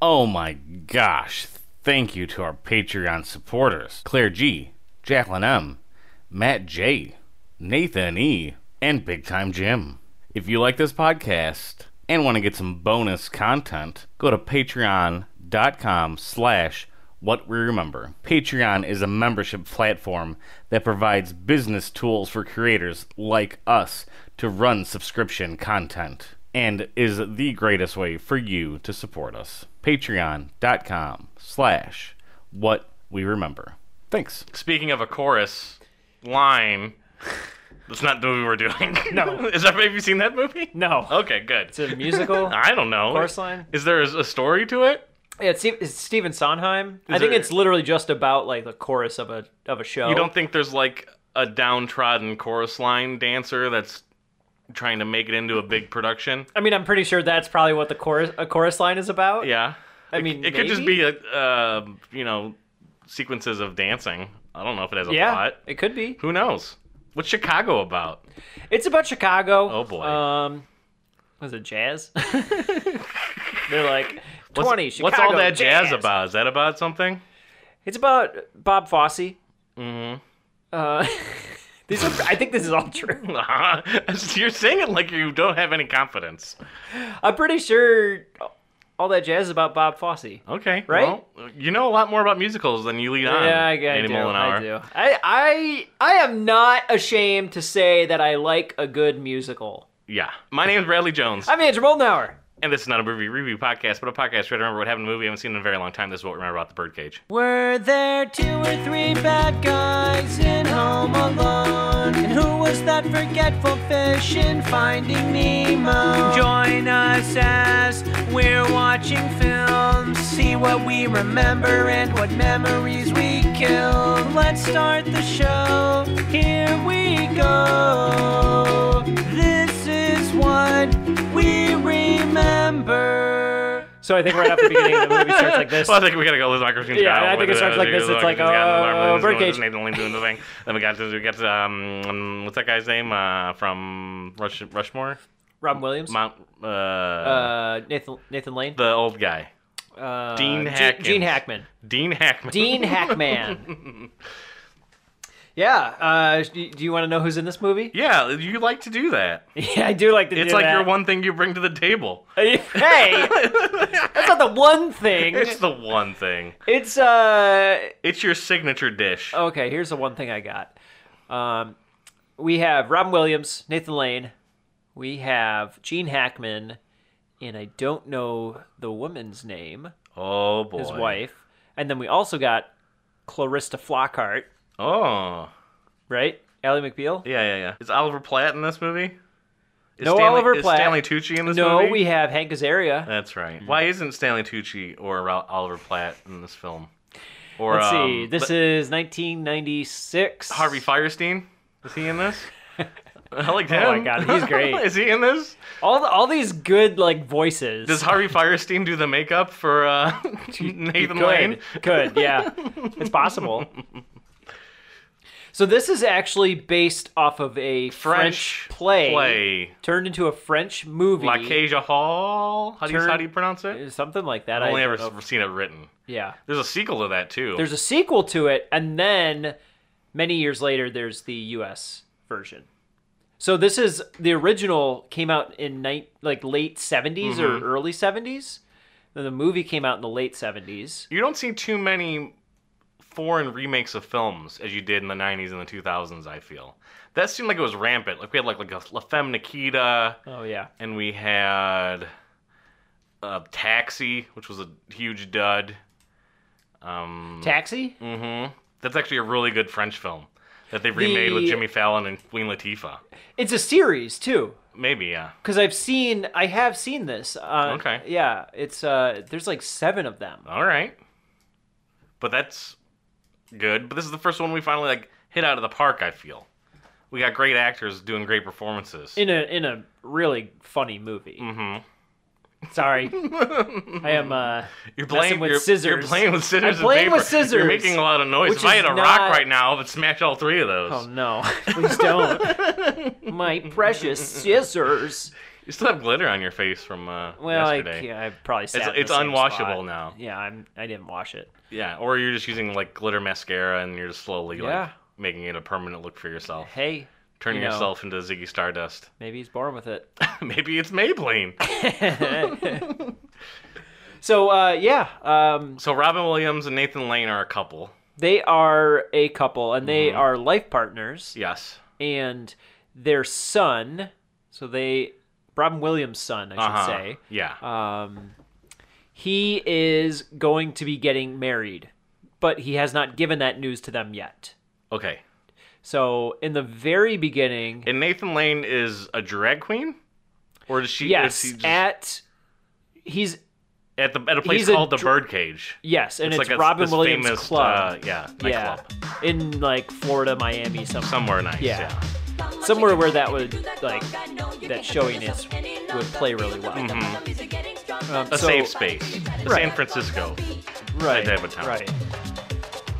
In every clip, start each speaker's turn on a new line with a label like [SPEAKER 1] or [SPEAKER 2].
[SPEAKER 1] Oh my gosh. Thank you to our Patreon supporters Claire G, Jacqueline M, Matt J, Nathan E, and Big Time Jim. If you like this podcast and want to get some bonus content, go to patreon.com slash what we remember. Patreon is a membership platform that provides business tools for creators like us to run subscription content and is the greatest way for you to support us. Patreon.com slash what we remember. Thanks.
[SPEAKER 2] Speaking of a chorus line, that's not the movie we're doing.
[SPEAKER 3] No.
[SPEAKER 2] Is that, have you seen that movie?
[SPEAKER 3] No.
[SPEAKER 2] Okay, good.
[SPEAKER 3] It's a musical.
[SPEAKER 2] I don't know.
[SPEAKER 3] Chorus line?
[SPEAKER 2] Is there a a story to it?
[SPEAKER 3] Yeah, it's, Steve- it's Stephen Sondheim. I think
[SPEAKER 2] there-
[SPEAKER 3] it's literally just about like the chorus of a of a show.
[SPEAKER 2] You don't think there's like a downtrodden chorus line dancer that's trying to make it into a big production?
[SPEAKER 3] I mean, I'm pretty sure that's probably what the chorus a chorus line is about.
[SPEAKER 2] Yeah.
[SPEAKER 3] I mean,
[SPEAKER 2] It could just
[SPEAKER 3] maybe?
[SPEAKER 2] be a uh, you know sequences of dancing. I don't know if it has a
[SPEAKER 3] Yeah,
[SPEAKER 2] plot.
[SPEAKER 3] it could be.
[SPEAKER 2] Who knows? What's Chicago about?
[SPEAKER 3] It's about Chicago.
[SPEAKER 2] Oh, boy.
[SPEAKER 3] Um, was it jazz? They're like
[SPEAKER 2] What's,
[SPEAKER 3] twenty. Chicago,
[SPEAKER 2] what's all that
[SPEAKER 3] jazz.
[SPEAKER 2] jazz about? Is that about something?
[SPEAKER 3] It's about Bob Fosse. Mm-hmm. Uh, these are. I think this is all true.
[SPEAKER 2] You're saying it like you don't have any confidence.
[SPEAKER 3] I'm pretty sure all that jazz is about Bob Fosse.
[SPEAKER 2] Okay.
[SPEAKER 3] Right?
[SPEAKER 2] well, you know a lot more about musicals than you lead on.
[SPEAKER 3] Yeah, I, I
[SPEAKER 2] Andy
[SPEAKER 3] do.
[SPEAKER 2] Mollenauer.
[SPEAKER 3] I do. I, I I am not ashamed to say that I like a good musical.
[SPEAKER 2] Yeah. My name is Bradley Jones.
[SPEAKER 3] I'm Andrew Moldenauer.
[SPEAKER 2] And this is not a movie review podcast, but a podcast trying to remember what happened in a movie I haven't seen in a very long time. This is what we remember about the birdcage.
[SPEAKER 3] Were there two or three bad guys in Home Alone? And who was that forgetful fish in Finding Nemo? Join us as we're watching films. See what we remember and what memories we killed. Let's start the show. Here we go. This is what we remember. So I think right at the beginning, the movie starts like this.
[SPEAKER 2] Well, I think we gotta go. Liz Microscope's
[SPEAKER 3] Yeah,
[SPEAKER 2] got
[SPEAKER 3] I think it
[SPEAKER 2] with
[SPEAKER 3] starts like this. It's
[SPEAKER 2] Liz
[SPEAKER 3] like,
[SPEAKER 2] Microscope's got
[SPEAKER 3] uh,
[SPEAKER 2] alarm, Liz
[SPEAKER 3] birdcage.
[SPEAKER 2] Nathan Lane doing the thing. Then we got to we got to um, um what's that guy's name uh from Rush, Rushmore
[SPEAKER 3] Robin Williams.
[SPEAKER 2] Mount uh,
[SPEAKER 3] uh, Nathan Nathan Lane,
[SPEAKER 2] the old guy
[SPEAKER 3] uh,
[SPEAKER 2] Dean
[SPEAKER 3] Gene-
[SPEAKER 2] Hackman. Dean
[SPEAKER 3] Gene Hackman,
[SPEAKER 2] Hackman.
[SPEAKER 3] Dean Hackman. yeah, uh, do do you want to know who's in this movie?
[SPEAKER 2] Yeah, you like to do that.
[SPEAKER 3] Yeah, I do like to.
[SPEAKER 2] It's
[SPEAKER 3] do
[SPEAKER 2] like
[SPEAKER 3] that.
[SPEAKER 2] your one thing you bring to the table.
[SPEAKER 3] hey, that's not the one thing.
[SPEAKER 2] It's
[SPEAKER 3] It's,
[SPEAKER 2] the one thing.
[SPEAKER 3] uh
[SPEAKER 2] It's your signature dish.
[SPEAKER 3] okay. Here's the one thing I got. Um, we have Robin Williams, Nathan Lane. We have Gene Hackman, and I don't know the woman's name,
[SPEAKER 2] Oh boy.
[SPEAKER 3] his wife, and then we also got Clarista Flockhart,
[SPEAKER 2] Oh.
[SPEAKER 3] right? Ally McBeal.
[SPEAKER 2] Yeah, yeah, yeah. Is Oliver Platt in this movie? Is
[SPEAKER 3] No
[SPEAKER 2] Stanley,
[SPEAKER 3] Oliver
[SPEAKER 2] is
[SPEAKER 3] Platt.
[SPEAKER 2] Stanley Tucci in this
[SPEAKER 3] No,
[SPEAKER 2] movie?
[SPEAKER 3] we have Hank Azaria.
[SPEAKER 2] That's right. Why isn't Stanley Tucci or Ro- Oliver Platt in this film? Or
[SPEAKER 3] Let's
[SPEAKER 2] um,
[SPEAKER 3] see. This
[SPEAKER 2] Le-
[SPEAKER 3] is 1996.
[SPEAKER 2] Harvey Firestein. Is he in this? I like him.
[SPEAKER 3] Oh my God, he's great.
[SPEAKER 2] is he in this?
[SPEAKER 3] All the, all these good like voices.
[SPEAKER 2] Does Harvey Firestein do the makeup for uh, Nathan
[SPEAKER 3] good.
[SPEAKER 2] Lane?
[SPEAKER 3] Good. Yeah, it's possible. So this is actually based off of a French, play,
[SPEAKER 2] Play.
[SPEAKER 3] turned into a French movie.
[SPEAKER 2] La Cage Hall. How do, you,
[SPEAKER 3] Turn-
[SPEAKER 2] how do you pronounce it?
[SPEAKER 3] Something like that.
[SPEAKER 2] I've only
[SPEAKER 3] I
[SPEAKER 2] ever
[SPEAKER 3] don't know.
[SPEAKER 2] seen it written.
[SPEAKER 3] Yeah.
[SPEAKER 2] There's a sequel to that too.
[SPEAKER 3] There's a sequel to it, and then many years later, there's the U.S. version. So this is the original came out in night like late 70s or early seventies. Then the movie came out in the late seventies.
[SPEAKER 2] you don't see too many foreign remakes of films as you did in the 90s and the 2000s i feel that seemed like it was rampant like we had like like a la femme nikita
[SPEAKER 3] Oh yeah,
[SPEAKER 2] and we had a taxi which was a huge dud um
[SPEAKER 3] Taxi.
[SPEAKER 2] mhm. that's actually a really good french film that they've remade with
[SPEAKER 3] The-
[SPEAKER 2] jimmy fallon and queen latifah
[SPEAKER 3] It's a series too,
[SPEAKER 2] maybe yeah
[SPEAKER 3] because I've seen I have seen this. Uh,
[SPEAKER 2] Okay.
[SPEAKER 3] Yeah, it's uh there's like seven of them.
[SPEAKER 2] all right but that's good but this is the first one we finally like hit out of the park i feel we got great actors doing great performances
[SPEAKER 3] in a in a really funny movie.
[SPEAKER 2] Mhm.
[SPEAKER 3] Sorry, I am uh,
[SPEAKER 2] You're
[SPEAKER 3] messing
[SPEAKER 2] playing
[SPEAKER 3] with
[SPEAKER 2] you're,
[SPEAKER 3] scissors.
[SPEAKER 2] You're playing with scissors.
[SPEAKER 3] I'm playing
[SPEAKER 2] and paper.
[SPEAKER 3] with scissors.
[SPEAKER 2] You're making a lot of noise.
[SPEAKER 3] which
[SPEAKER 2] If I
[SPEAKER 3] is
[SPEAKER 2] had a
[SPEAKER 3] not-
[SPEAKER 2] rock right now, it would smash all three of those.
[SPEAKER 3] Oh no! Please don't. My precious scissors.
[SPEAKER 2] You still have glitter on your face from uh,
[SPEAKER 3] Well, I,
[SPEAKER 2] yesterday.
[SPEAKER 3] yeah, I probably sat
[SPEAKER 2] It's-
[SPEAKER 3] in the
[SPEAKER 2] it's
[SPEAKER 3] same
[SPEAKER 2] unwashable
[SPEAKER 3] spot.
[SPEAKER 2] now.
[SPEAKER 3] Yeah, I'm. I didn't wash it.
[SPEAKER 2] Yeah, or you're just using like glitter mascara and you're just slowly like
[SPEAKER 3] Yeah.
[SPEAKER 2] making it a permanent look for yourself.
[SPEAKER 3] Hey,
[SPEAKER 2] Turning
[SPEAKER 3] you know.
[SPEAKER 2] yourself into Ziggy Stardust.
[SPEAKER 3] maybe he's born with it.
[SPEAKER 2] Maybe it's Maybelline.
[SPEAKER 3] so uh, yeah, um,
[SPEAKER 2] so Robin Williams and Nathan Lane are a couple.
[SPEAKER 3] they are a couple, and they
[SPEAKER 2] Mm-hmm.
[SPEAKER 3] are life partners,
[SPEAKER 2] Yes.
[SPEAKER 3] and their son. So they, Robin Williams' son, I should
[SPEAKER 2] Uh-huh.
[SPEAKER 3] say.
[SPEAKER 2] Yeah.
[SPEAKER 3] Um, he is going to be getting married, but he has not given that news to them yet.
[SPEAKER 2] okay.
[SPEAKER 3] So in the very beginning,
[SPEAKER 2] And Nathan Lane is a drag queen? Or does she is
[SPEAKER 3] yes,
[SPEAKER 2] he just-
[SPEAKER 3] at he's
[SPEAKER 2] at the at a place
[SPEAKER 3] he's a
[SPEAKER 2] called the
[SPEAKER 3] dr-
[SPEAKER 2] Birdcage.
[SPEAKER 3] yes, and it's,
[SPEAKER 2] like a,
[SPEAKER 3] Robin
[SPEAKER 2] this
[SPEAKER 3] Williams
[SPEAKER 2] famous,
[SPEAKER 3] Club.
[SPEAKER 2] Uh, yeah,
[SPEAKER 3] yeah,
[SPEAKER 2] nightclub.
[SPEAKER 3] in like Florida, Miami, somewhere.
[SPEAKER 2] Somewhere nice.
[SPEAKER 3] Yeah.
[SPEAKER 2] Yeah.
[SPEAKER 3] somewhere where that would like that showiness would play really well. Um,
[SPEAKER 2] A
[SPEAKER 3] so-
[SPEAKER 2] safe Mm-hmm. space. The San
[SPEAKER 3] Right.
[SPEAKER 2] Francisco.
[SPEAKER 3] right,
[SPEAKER 2] type of town.
[SPEAKER 3] right.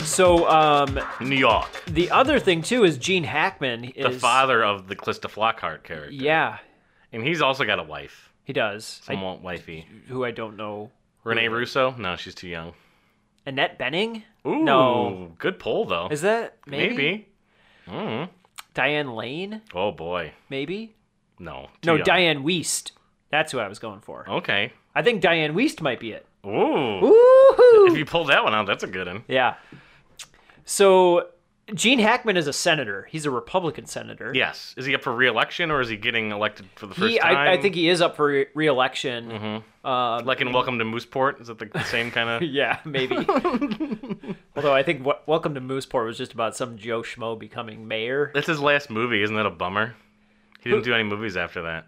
[SPEAKER 3] So um,
[SPEAKER 2] New York.
[SPEAKER 3] the other thing too is Gene Hackman is
[SPEAKER 2] The father of the Calista Flockhart character.
[SPEAKER 3] Yeah,
[SPEAKER 2] And he's also got a wife.
[SPEAKER 3] he does. I,
[SPEAKER 2] Somewhat wifey.
[SPEAKER 3] who I don't know.
[SPEAKER 2] Renee Russo? No, she's too young.
[SPEAKER 3] Annette Benning?
[SPEAKER 2] Ooh,
[SPEAKER 3] No.
[SPEAKER 2] good pull though.
[SPEAKER 3] Is that maybe,
[SPEAKER 2] Mm.
[SPEAKER 3] Diane Lane?
[SPEAKER 2] Oh boy,
[SPEAKER 3] Maybe
[SPEAKER 2] no. too
[SPEAKER 3] no
[SPEAKER 2] young.
[SPEAKER 3] Diane Weist. That's who I was going for.
[SPEAKER 2] Okay.
[SPEAKER 3] I think Diane Weist might be it.
[SPEAKER 2] Ooh.
[SPEAKER 3] Woohoo!
[SPEAKER 2] If you pull that one out, that's a good one.
[SPEAKER 3] Yeah. So Gene Hackman is a senator. He's a Republican senator.
[SPEAKER 2] Yes. Is he up for re-election or is he getting elected for the first
[SPEAKER 3] He,
[SPEAKER 2] time? Mm-hmm.
[SPEAKER 3] I, I think he is up for re- re-election.
[SPEAKER 2] like in Welcome to Mooseport. Is it the, the same kind of?
[SPEAKER 3] Yeah, maybe. Although I think what, Welcome to Mooseport was just about some Joe Schmo becoming mayor.
[SPEAKER 2] that's his last movie. Isn't that a bummer? He didn't do any movies after that.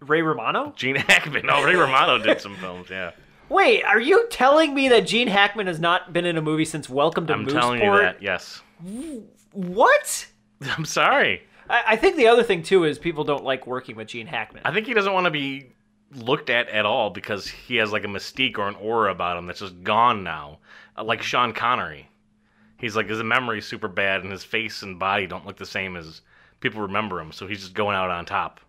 [SPEAKER 3] Ray Romano?
[SPEAKER 2] Gene Hackman. Oh, Ray Romano did some films. Yeah.
[SPEAKER 3] Wait, are you telling me that Gene Hackman has not been in a movie since Welcome to
[SPEAKER 2] I'm
[SPEAKER 3] Mooseport?
[SPEAKER 2] telling you that. Yes.
[SPEAKER 3] What?
[SPEAKER 2] I'm sorry.
[SPEAKER 3] I, I think the other thing too is people don't like working with Gene Hackman.
[SPEAKER 2] I think he doesn't want to be looked at at all because he has like a mystique or an aura about him that's just gone now. Uh, Like Sean Connery. He's like his memory's super bad and his face and body don't look the same as people remember him, so he's just going out on top.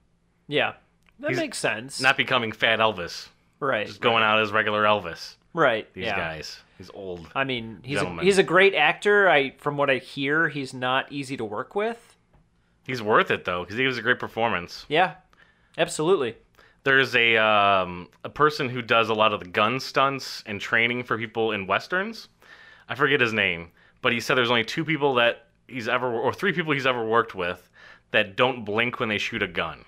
[SPEAKER 3] yeah, that
[SPEAKER 2] He's
[SPEAKER 3] makes sense.
[SPEAKER 2] Not becoming fat Elvis.
[SPEAKER 3] right,
[SPEAKER 2] Just going out as regular Elvis.
[SPEAKER 3] right.
[SPEAKER 2] These
[SPEAKER 3] yeah.
[SPEAKER 2] guys. He's old.
[SPEAKER 3] I mean, he's a,
[SPEAKER 2] Gentlemen.
[SPEAKER 3] he's a great actor. I from what I hear, he's not easy to work with.
[SPEAKER 2] He's worth it though, because he gives a great performance.
[SPEAKER 3] Yeah, absolutely.
[SPEAKER 2] There's a um, a person who does a lot of the gun stunts and training for people in westerns. I forget his name, but he said there's only two people that he's ever or three people he's ever worked with that don't blink when they shoot a gun.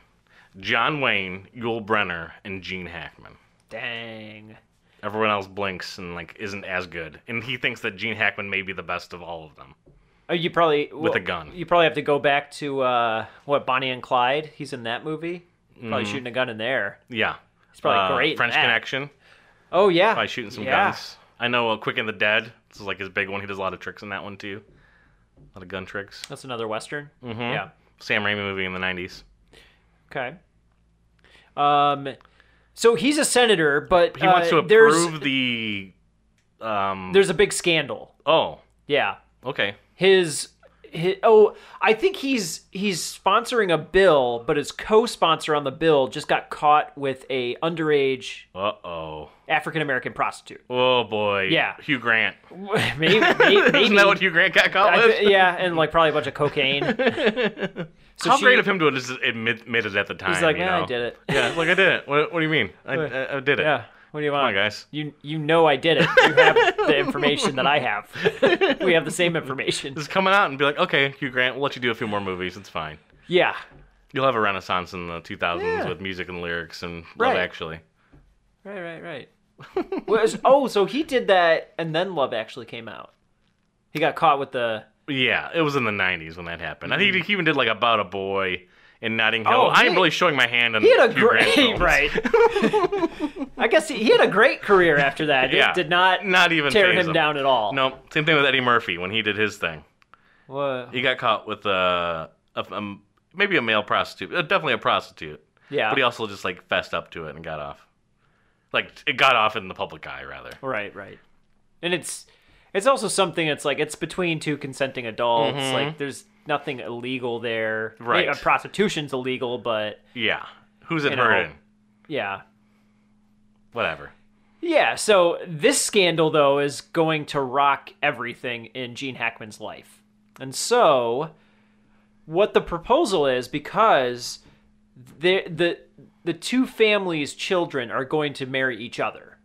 [SPEAKER 2] John Wayne, Yul Brenner, and Gene Hackman.
[SPEAKER 3] Dang.
[SPEAKER 2] Everyone else blinks and like isn't as good, and he thinks that Gene Hackman may be the best of all of them.
[SPEAKER 3] Oh, you probably with
[SPEAKER 2] a gun.
[SPEAKER 3] You probably have to go back to uh, what Bonnie and Clyde. He's in that movie. Probably shooting a gun in there.
[SPEAKER 2] Yeah, it's
[SPEAKER 3] probably great
[SPEAKER 2] Mm-hmm.
[SPEAKER 3] in
[SPEAKER 2] Uh, French
[SPEAKER 3] that.
[SPEAKER 2] Connection
[SPEAKER 3] Oh yeah,
[SPEAKER 2] by shooting some
[SPEAKER 3] Yeah.
[SPEAKER 2] guns. I know uh, Quick and the Dead. This is like his big one. He does a lot of tricks in that one too. A lot of gun tricks.
[SPEAKER 3] That's another western. Mm-hmm. Yeah.
[SPEAKER 2] Sam Raimi movie in the 90s.
[SPEAKER 3] Okay. Um, so he's a senator, but
[SPEAKER 2] He wants
[SPEAKER 3] uh,
[SPEAKER 2] to
[SPEAKER 3] there's
[SPEAKER 2] approve the. Um,
[SPEAKER 3] there's a big scandal.
[SPEAKER 2] oh,
[SPEAKER 3] Yeah,
[SPEAKER 2] okay.
[SPEAKER 3] his, hi oh, I think he's he's sponsoring a bill, but his co-sponsor on the bill just got caught with a underage
[SPEAKER 2] Uh oh.
[SPEAKER 3] African American prostitute.
[SPEAKER 2] Oh boy.
[SPEAKER 3] Yeah.
[SPEAKER 2] Hugh Grant.
[SPEAKER 3] maybe, may- maybe,
[SPEAKER 2] Isn't that what Hugh Grant got caught
[SPEAKER 3] I
[SPEAKER 2] with?
[SPEAKER 3] thi- yeah, and like probably a bunch of cocaine. so
[SPEAKER 2] How
[SPEAKER 3] she-
[SPEAKER 2] great of him to just admit, admit it at the time.
[SPEAKER 3] He's like,
[SPEAKER 2] you
[SPEAKER 3] yeah,
[SPEAKER 2] know?
[SPEAKER 3] I did it.
[SPEAKER 2] Yeah, it's like I did it. What, what do you mean? I, I, I did it.
[SPEAKER 3] Yeah. What do you want?
[SPEAKER 2] Come on, guys.
[SPEAKER 3] You you know I did it. You have the information that I have. we have the same information.
[SPEAKER 2] Just coming out and be like, okay, Hugh Grant, we'll let you do a few more movies. It's fine.
[SPEAKER 3] Yeah.
[SPEAKER 2] You'll have a renaissance in the 2000s
[SPEAKER 3] Yeah.
[SPEAKER 2] with music and lyrics and Love
[SPEAKER 3] Right.
[SPEAKER 2] Actually.
[SPEAKER 3] Right, right, right. Well, it's- oh, so he did that and then Love actually came out. He got caught with the
[SPEAKER 2] Yeah, it was in the '90s when that happened. I think he even did like about a boy in Notting Hill.
[SPEAKER 3] Mm-hmm. Oh,
[SPEAKER 2] I am
[SPEAKER 3] he-
[SPEAKER 2] really showing my hand on
[SPEAKER 3] He had a
[SPEAKER 2] Hugh Grant
[SPEAKER 3] great
[SPEAKER 2] films.
[SPEAKER 3] right. I guess he, he had a great career after that. It
[SPEAKER 2] Yeah,
[SPEAKER 3] did not
[SPEAKER 2] not even
[SPEAKER 3] tear
[SPEAKER 2] faze
[SPEAKER 3] him down at all.
[SPEAKER 2] No, same thing with Eddie Murphy when he did his thing.
[SPEAKER 3] Wha-
[SPEAKER 2] He got caught with uh, a, um, maybe a male prostitute, uh, definitely a prostitute,
[SPEAKER 3] yeah.
[SPEAKER 2] but he also just like fessed up to it and got off. Like it got off in the public eye rather.
[SPEAKER 3] Right, right. And it's it's also something that's like it's between two consenting adults. Like there's nothing illegal there.
[SPEAKER 2] Mm-hmm. Right.
[SPEAKER 3] Uh, prostitution's illegal, but
[SPEAKER 2] Yeah. Who's it
[SPEAKER 3] You know.
[SPEAKER 2] hurting?
[SPEAKER 3] Yeah.
[SPEAKER 2] Whatever.
[SPEAKER 3] Yeah, so this scandal, though, is going to rock everything in Gene Hackman's life. And so, what the proposal is, because the, the, the two families' children are going to marry each other.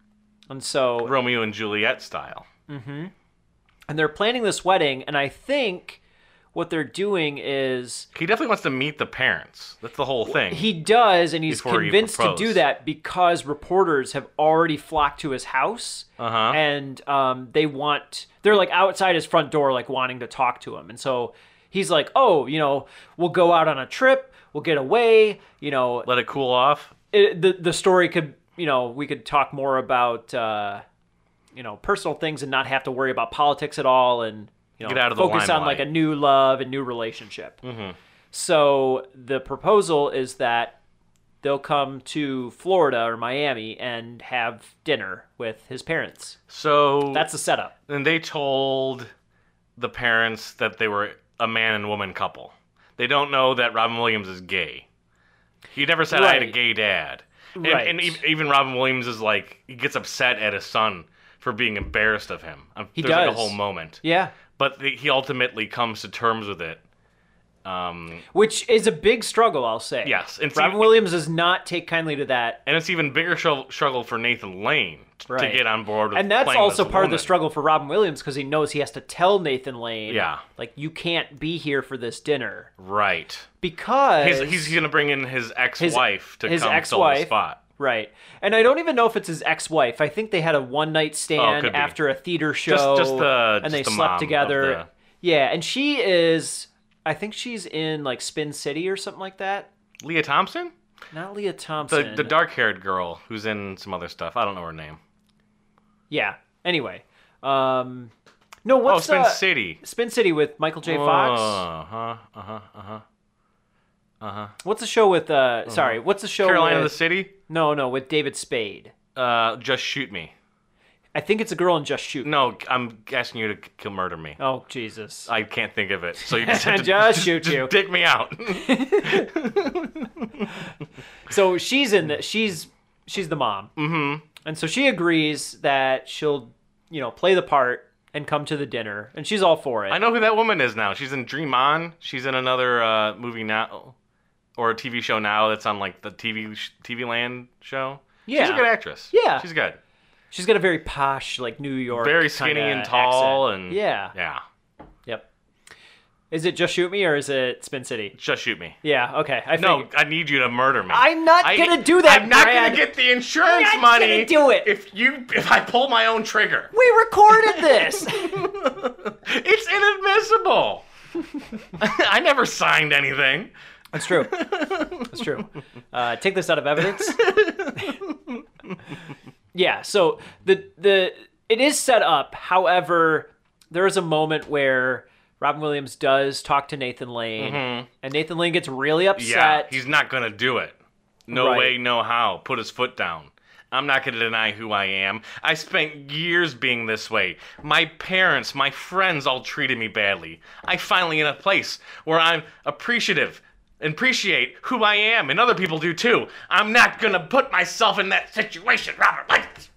[SPEAKER 3] And so,
[SPEAKER 2] Romeo and Juliet style.
[SPEAKER 3] and they're planning this wedding, and I think what they're doing is
[SPEAKER 2] He definitely wants to meet the parents. That's the whole thing.
[SPEAKER 3] he does, and he's
[SPEAKER 2] Before he
[SPEAKER 3] convinced to do
[SPEAKER 2] proposed.
[SPEAKER 3] that because reporters have already flocked to his house,
[SPEAKER 2] Uh-huh.
[SPEAKER 3] and um, they want they're like outside his front door, like wanting to talk to him, and so he's like, "Oh, you know, we'll go out on a trip, we'll get away, you know,
[SPEAKER 2] Let it cool off.
[SPEAKER 3] it, the the story could you know we could talk more about uh, you know personal things and not have to worry about politics at all and you know
[SPEAKER 2] Get out of the
[SPEAKER 3] focus on
[SPEAKER 2] limelight.
[SPEAKER 3] like
[SPEAKER 2] Mm-hmm.
[SPEAKER 3] a new love and new relationship. So the proposal is that they'll come to Florida or Miami and have dinner with his parents.
[SPEAKER 2] So
[SPEAKER 3] That's the setup.
[SPEAKER 2] and they told the parents that they were a man and woman couple. They don't know that Robin Williams is gay. He never said I had a
[SPEAKER 3] Right.
[SPEAKER 2] gay dad. And,
[SPEAKER 3] Right.
[SPEAKER 2] and ev- even Robin Williams is like he gets upset at his son for being embarrassed of him. Um,
[SPEAKER 3] He
[SPEAKER 2] There's like
[SPEAKER 3] does.
[SPEAKER 2] a whole moment.
[SPEAKER 3] Yeah,
[SPEAKER 2] But the, he ultimately comes to terms with it. Um,
[SPEAKER 3] which is a big struggle, I'll say.
[SPEAKER 2] yes, and it's
[SPEAKER 3] Robin
[SPEAKER 2] even-
[SPEAKER 3] Williams does not take kindly to that
[SPEAKER 2] and it's even bigger struggle struggle for Nathan Lane t-
[SPEAKER 3] Right.
[SPEAKER 2] to get on board. with
[SPEAKER 3] and that's
[SPEAKER 2] playing
[SPEAKER 3] also
[SPEAKER 2] this
[SPEAKER 3] part of the
[SPEAKER 2] woman.
[SPEAKER 3] struggle for Robin Williams because he knows he has to tell Nathan Lane,
[SPEAKER 2] Yeah.
[SPEAKER 3] like you can't be here for this dinner
[SPEAKER 2] Right.
[SPEAKER 3] because
[SPEAKER 2] He's, he's going to bring in his ex-wife to
[SPEAKER 3] his
[SPEAKER 2] come fill
[SPEAKER 3] ex-wife.
[SPEAKER 2] the spot.
[SPEAKER 3] right. And I don't even know if it's his ex-wife. I think they had a one-night stand
[SPEAKER 2] Oh, could be.
[SPEAKER 3] after a theater show,
[SPEAKER 2] Just- just the-
[SPEAKER 3] and
[SPEAKER 2] just
[SPEAKER 3] they
[SPEAKER 2] the mom
[SPEAKER 3] slept
[SPEAKER 2] of
[SPEAKER 3] together.
[SPEAKER 2] the-
[SPEAKER 3] Yeah, and she is, I think she's in like Spin City or something like that.
[SPEAKER 2] Leah Thompson?
[SPEAKER 3] Not Leah Thompson.
[SPEAKER 2] The, the dark-haired girl who's in some other stuff. I don't know her name.
[SPEAKER 3] yeah. Anyway, um, no, what's
[SPEAKER 2] oh, Spin
[SPEAKER 3] uh,
[SPEAKER 2] City.
[SPEAKER 3] Spin City with Michael J. Fox.
[SPEAKER 2] Uh-huh, uh-huh, uh-huh.
[SPEAKER 3] What's the show with? uh Sorry, what's the show?
[SPEAKER 2] Carolina of the
[SPEAKER 3] with,
[SPEAKER 2] City?
[SPEAKER 3] No, no, with David Spade.
[SPEAKER 2] Uh, just shoot me.
[SPEAKER 3] I think it's a girl in Just Shoot.
[SPEAKER 2] No, I'm asking you to k- kill murder me.
[SPEAKER 3] Oh Jesus!
[SPEAKER 2] I can't think of it. So you just have to
[SPEAKER 3] Just shoot
[SPEAKER 2] just
[SPEAKER 3] you.
[SPEAKER 2] Dick me out.
[SPEAKER 3] So she's in the she's she's the mom, mm-hmm. and so she agrees that she'll you know play the part and come to the dinner, and she's all for it.
[SPEAKER 2] I know who that woman is now. She's in Dream On. She's in another uh, movie now, or a TV show now that's on like the TV sh- TV Land show. she's
[SPEAKER 3] Yeah.
[SPEAKER 2] a good actress.
[SPEAKER 3] Yeah.
[SPEAKER 2] she's good.
[SPEAKER 3] She's got a very posh like New York,
[SPEAKER 2] Very skinny
[SPEAKER 3] kinda
[SPEAKER 2] and tall,
[SPEAKER 3] accent.
[SPEAKER 2] and
[SPEAKER 3] yeah,
[SPEAKER 2] yeah.
[SPEAKER 3] yep. Is it Just Shoot Me or is it Spin City?
[SPEAKER 2] Just shoot me.
[SPEAKER 3] Yeah, okay. I
[SPEAKER 2] No,
[SPEAKER 3] figured-
[SPEAKER 2] I need you to murder me.
[SPEAKER 3] I'm not
[SPEAKER 2] I-
[SPEAKER 3] gonna do that,
[SPEAKER 2] I'm not
[SPEAKER 3] Brad.
[SPEAKER 2] gonna get the insurance
[SPEAKER 3] I'm not
[SPEAKER 2] money.
[SPEAKER 3] gonna do it.
[SPEAKER 2] if you if I pull my own trigger.
[SPEAKER 3] we recorded this.
[SPEAKER 2] It's inadmissible. I never signed anything.
[SPEAKER 3] That's true. That's true. Uh, take this out of evidence. yeah. So the the it is set up. However, there is a moment where Robin Williams does talk to Nathan Lane, and Nathan Lane gets really upset.
[SPEAKER 2] Mm-hmm. Yeah, he's not gonna do it. No
[SPEAKER 3] Right.
[SPEAKER 2] way, no how. Put his foot down. I'm not gonna deny who I am. I spent years being this way. My parents, my friends all treated me badly. I finally in a place where I'm appreciative and appreciate who I am, and other people do too. I'm not gonna put myself in that situation, Robert. Williams.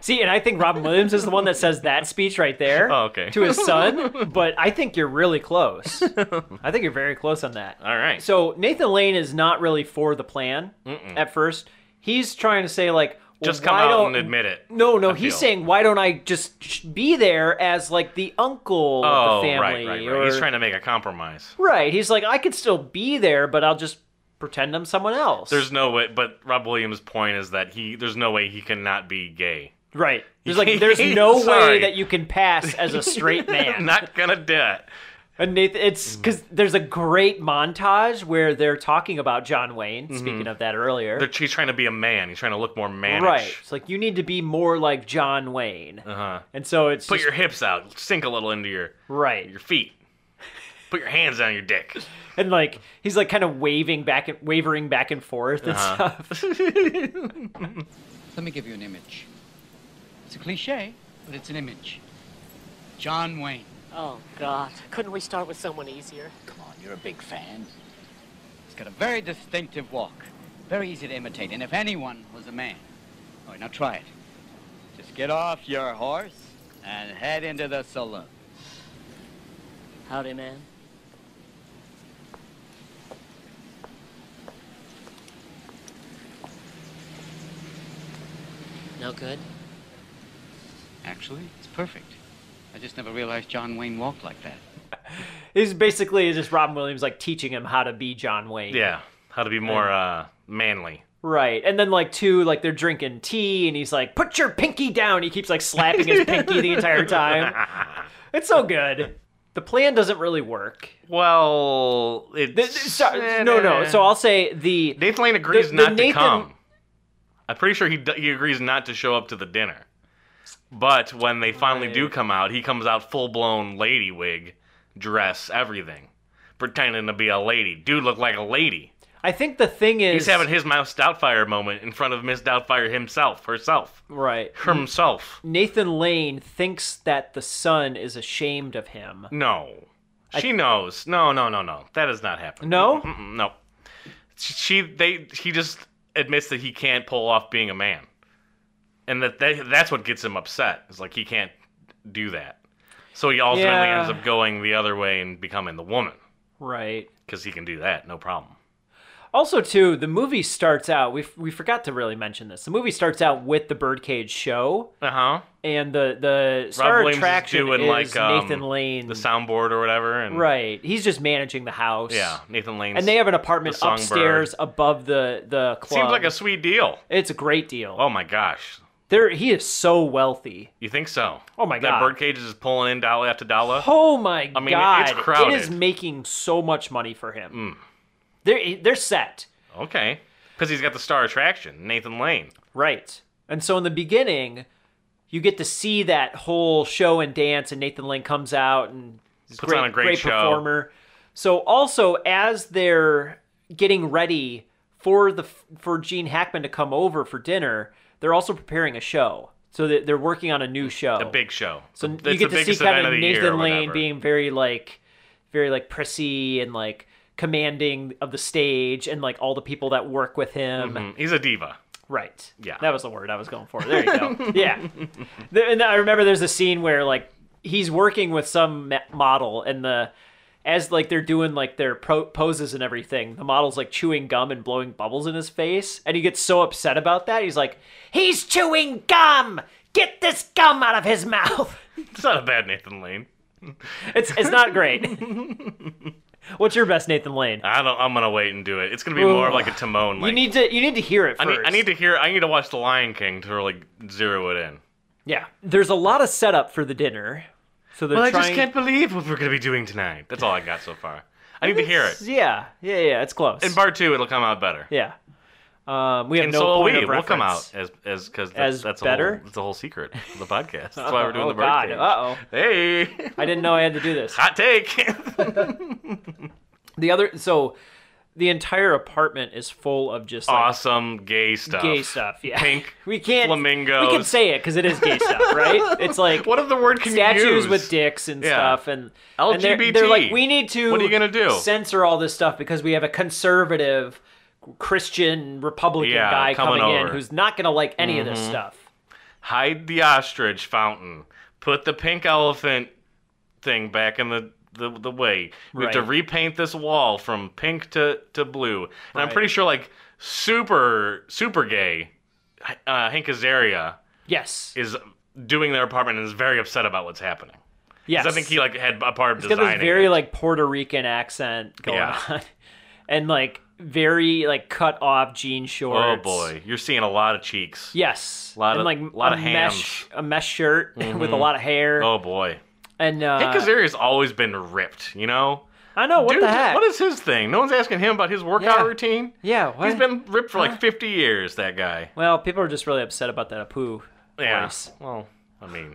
[SPEAKER 3] See, and I think Robin Williams is the one that says that speech right there
[SPEAKER 2] Oh, okay.
[SPEAKER 3] to his son. But I think you're really close. I think you're very close on that.
[SPEAKER 2] All right.
[SPEAKER 3] So Nathan Lane is not really for the plan at first. He's trying to say like, well,
[SPEAKER 2] just come
[SPEAKER 3] why
[SPEAKER 2] out
[SPEAKER 3] don't...
[SPEAKER 2] and admit it.
[SPEAKER 3] No, no,
[SPEAKER 2] I
[SPEAKER 3] he's
[SPEAKER 2] feel.
[SPEAKER 3] saying why don't I just sh- be there as like the uncle
[SPEAKER 2] Oh,
[SPEAKER 3] of the family?
[SPEAKER 2] right, right, right.
[SPEAKER 3] Or...
[SPEAKER 2] He's trying to make a compromise.
[SPEAKER 3] Right. He's like, I could still be there, but I'll just pretend I'm someone else.
[SPEAKER 2] There's no way, but Rob Williams' point is that he there's no way he cannot be gay.
[SPEAKER 3] right. There's like, there's no way
[SPEAKER 2] Sorry.
[SPEAKER 3] that you can pass as a straight man.
[SPEAKER 2] Not gonna do it.
[SPEAKER 3] And Nathan, it's
[SPEAKER 2] Mm-hmm.
[SPEAKER 3] because there's a great montage where they're talking about John Wayne.
[SPEAKER 2] Mm-hmm.
[SPEAKER 3] Speaking of that earlier,
[SPEAKER 2] They're, he's trying to be a man. He's trying to look more mannish.
[SPEAKER 3] right? It's like you need to be more like John Wayne,
[SPEAKER 2] Uh-huh.
[SPEAKER 3] and so it's
[SPEAKER 2] Put
[SPEAKER 3] just,
[SPEAKER 2] your hips out. Sink a little into your
[SPEAKER 3] right.
[SPEAKER 2] your feet. Put your hands on your dick.
[SPEAKER 3] And like he's like kind of waving back, and wavering back and forth and
[SPEAKER 2] Uh-huh.
[SPEAKER 3] stuff.
[SPEAKER 4] Let me give you an image. It's a cliche, but it's an image. John Wayne.
[SPEAKER 5] Oh, God. Couldn't we start with someone easier?
[SPEAKER 4] Come on, you're a big fan. He's got a very distinctive walk. Very easy to imitate. And if anyone was a man, all right, now try it. Just get off your horse and head into the saloon.
[SPEAKER 6] Howdy, man. No good?
[SPEAKER 4] Actually, it's perfect. I just never realized John Wayne walked like that.
[SPEAKER 3] It's basically just Robin Williams like teaching him how to be John Wayne.
[SPEAKER 2] Yeah, how to be more uh, manly.
[SPEAKER 3] Right. And then like two, like they're drinking tea and he's like, Put your pinky down. He keeps like slapping his pinky the entire time. It's so good. The plan doesn't really work.
[SPEAKER 2] Well,
[SPEAKER 3] The- the-
[SPEAKER 2] it's,
[SPEAKER 3] so- no, no. So I'll say the
[SPEAKER 2] Nathan Lane agrees
[SPEAKER 3] the
[SPEAKER 2] not to
[SPEAKER 3] Nathan-
[SPEAKER 2] come. I'm pretty sure he d- he agrees not to show up to the dinner. But when they finally do come out, he comes out full blown lady wig, dress, everything, pretending to be a lady. Dude looked like a lady.
[SPEAKER 3] I think the thing is
[SPEAKER 2] He's having his Mouse Doubtfire moment in front of Miss Doubtfire himself, herself,
[SPEAKER 3] right.
[SPEAKER 2] himself.
[SPEAKER 3] Nathan Lane thinks that the son is ashamed of him.
[SPEAKER 2] No, she knows. No, no, no, no. That has not happened.
[SPEAKER 3] No?
[SPEAKER 2] Mm-mm, no. She, they, he just admits that he can't pull off being a man, and that they, that's what gets him upset. Is like he can't do that, so he ultimately
[SPEAKER 3] Yeah.
[SPEAKER 2] ends up going the other way and becoming the woman
[SPEAKER 3] Right.
[SPEAKER 2] because he can do that, no problem.
[SPEAKER 3] Also, too, the movie starts out. We we forgot to really mention this. The movie starts out with the Birdcage show,
[SPEAKER 2] Uh huh.
[SPEAKER 3] and the the
[SPEAKER 2] Rob
[SPEAKER 3] Uh-huh. star
[SPEAKER 2] Williams
[SPEAKER 3] attraction
[SPEAKER 2] is doing like um,
[SPEAKER 3] Nathan Lane.
[SPEAKER 2] the soundboard or whatever, and
[SPEAKER 3] Right. He's just managing the house.
[SPEAKER 2] yeah, Nathan Lane's.
[SPEAKER 3] And they have an apartment
[SPEAKER 2] the songbird.
[SPEAKER 3] upstairs above the the club.
[SPEAKER 2] seems like a sweet deal.
[SPEAKER 3] It's a great deal.
[SPEAKER 2] Oh my gosh,
[SPEAKER 3] There, he is so wealthy.
[SPEAKER 2] you think so?
[SPEAKER 3] Oh my
[SPEAKER 2] that
[SPEAKER 3] God.
[SPEAKER 2] birdcage is just pulling in dollar after dollar.
[SPEAKER 3] Oh my
[SPEAKER 2] mean, it-
[SPEAKER 3] god!
[SPEAKER 2] it's crowded. Mm.
[SPEAKER 3] It is making so much money for him. They're they're set.
[SPEAKER 2] Okay. Because he's got the star attraction, Nathan Lane.
[SPEAKER 3] Right. And so in the beginning, you get to see that whole show and dance, and Nathan Lane comes out and is
[SPEAKER 2] Puts on a great show.
[SPEAKER 3] performer. So also as they're getting ready for the for Gene Hackman to come over for dinner, they're also preparing a show. So they- they're working on a new show.
[SPEAKER 2] A big show.
[SPEAKER 3] So
[SPEAKER 2] It's
[SPEAKER 3] you
[SPEAKER 2] the
[SPEAKER 3] get to see
[SPEAKER 2] biggest
[SPEAKER 3] kind
[SPEAKER 2] event
[SPEAKER 3] of
[SPEAKER 2] the year
[SPEAKER 3] Nathan
[SPEAKER 2] or
[SPEAKER 3] Lane
[SPEAKER 2] whatever.
[SPEAKER 3] being very like, very like prissy and like commanding of the stage and like all the people that work with him.
[SPEAKER 2] Mm, He's a diva.
[SPEAKER 3] Right.
[SPEAKER 2] Yeah.
[SPEAKER 3] That was the word I was going for. There you go. yeah. There, and I remember there's a scene where like he's working with some ma- model and the as like they're doing like their pro- poses and everything, the model's like chewing gum and blowing bubbles in his face, and he gets so upset about that. He's like, "He's chewing gum. Get this gum out of his mouth."
[SPEAKER 2] It's not a bad Nathan Lane.
[SPEAKER 3] It's it's not great. What's your best Nathan Lane?
[SPEAKER 2] I don't. I'm gonna wait and do it. It's gonna be more of like a Timon. Like
[SPEAKER 3] you need to you need to hear it
[SPEAKER 2] I
[SPEAKER 3] first.
[SPEAKER 2] need. I need to hear. I need to watch The Lion King to really zero it in.
[SPEAKER 3] Yeah. There's a lot of setup for the dinner. So they're
[SPEAKER 2] Well, I
[SPEAKER 3] trying
[SPEAKER 2] just can't believe what we're gonna be doing tonight. That's all I got so far. I need to hear it.
[SPEAKER 3] Yeah, yeah, yeah. It's close.
[SPEAKER 2] In part two, it'll come out better.
[SPEAKER 3] yeah. Um, we have
[SPEAKER 2] And
[SPEAKER 3] no
[SPEAKER 2] so will
[SPEAKER 3] point
[SPEAKER 2] we.
[SPEAKER 3] of
[SPEAKER 2] We'll come out as
[SPEAKER 3] reference.
[SPEAKER 2] as because
[SPEAKER 3] As
[SPEAKER 2] that's A
[SPEAKER 3] better?
[SPEAKER 2] whole, that's the whole secret of the podcast. That's why we're doing
[SPEAKER 3] oh,
[SPEAKER 2] the
[SPEAKER 3] God.
[SPEAKER 2] birthday.
[SPEAKER 3] Uh-oh.
[SPEAKER 2] Hey,
[SPEAKER 3] I didn't know I had to do this.
[SPEAKER 2] hot take.
[SPEAKER 3] The other, so the entire apartment is full of just like,
[SPEAKER 2] awesome gay stuff.
[SPEAKER 3] gay stuff. Yeah,
[SPEAKER 2] Pink
[SPEAKER 3] we can't We can
[SPEAKER 2] flamingos.
[SPEAKER 3] say it because it is gay stuff, right? It's like
[SPEAKER 2] What other word can
[SPEAKER 3] statues
[SPEAKER 2] you use?
[SPEAKER 3] with dicks and
[SPEAKER 2] Yeah.
[SPEAKER 3] stuff and and they're- they're,
[SPEAKER 2] LGBT.
[SPEAKER 3] like we need to
[SPEAKER 2] What are you gonna do?
[SPEAKER 3] censor all this stuff because we have a conservative christian republican
[SPEAKER 2] Yeah,
[SPEAKER 3] guy
[SPEAKER 2] coming
[SPEAKER 3] coming, in
[SPEAKER 2] over. Mm-hmm.
[SPEAKER 3] who's not gonna like any of this stuff
[SPEAKER 2] Hide the ostrich fountain. Put the pink elephant thing back in the the, the way. We have to
[SPEAKER 3] Right.
[SPEAKER 2] repaint this wall from pink to to blue. And I'm
[SPEAKER 3] Right.
[SPEAKER 2] pretty sure like super super gay uh, Hank Azaria
[SPEAKER 3] yes
[SPEAKER 2] is doing their apartment and is very upset about what's happening. 'Cause
[SPEAKER 3] yes
[SPEAKER 2] I think he like had a part of
[SPEAKER 3] He's got
[SPEAKER 2] designing.
[SPEAKER 3] this very
[SPEAKER 2] it.
[SPEAKER 3] like Puerto Rican accent going
[SPEAKER 2] Yeah.
[SPEAKER 3] on, and like very like cut off jean shorts.
[SPEAKER 2] oh boy, you're seeing a lot of cheeks.
[SPEAKER 3] Yes,
[SPEAKER 2] Lot
[SPEAKER 3] and
[SPEAKER 2] of-
[SPEAKER 3] like
[SPEAKER 2] lot
[SPEAKER 3] a
[SPEAKER 2] of
[SPEAKER 3] mesh, a mesh shirt with a lot of hair,
[SPEAKER 2] Oh boy.
[SPEAKER 3] and uh,
[SPEAKER 2] Hank Azaria's always been ripped, you know?
[SPEAKER 3] I know what
[SPEAKER 2] Dude,
[SPEAKER 3] the heck.
[SPEAKER 2] what is his thing? No one's asking him about his workout
[SPEAKER 3] Yeah.
[SPEAKER 2] routine.
[SPEAKER 3] yeah, what?
[SPEAKER 2] He's been ripped for like 50 years, that guy.
[SPEAKER 3] well, people are just really upset about that Apu.
[SPEAKER 2] Yeah.
[SPEAKER 3] Worse.
[SPEAKER 2] Well, I mean,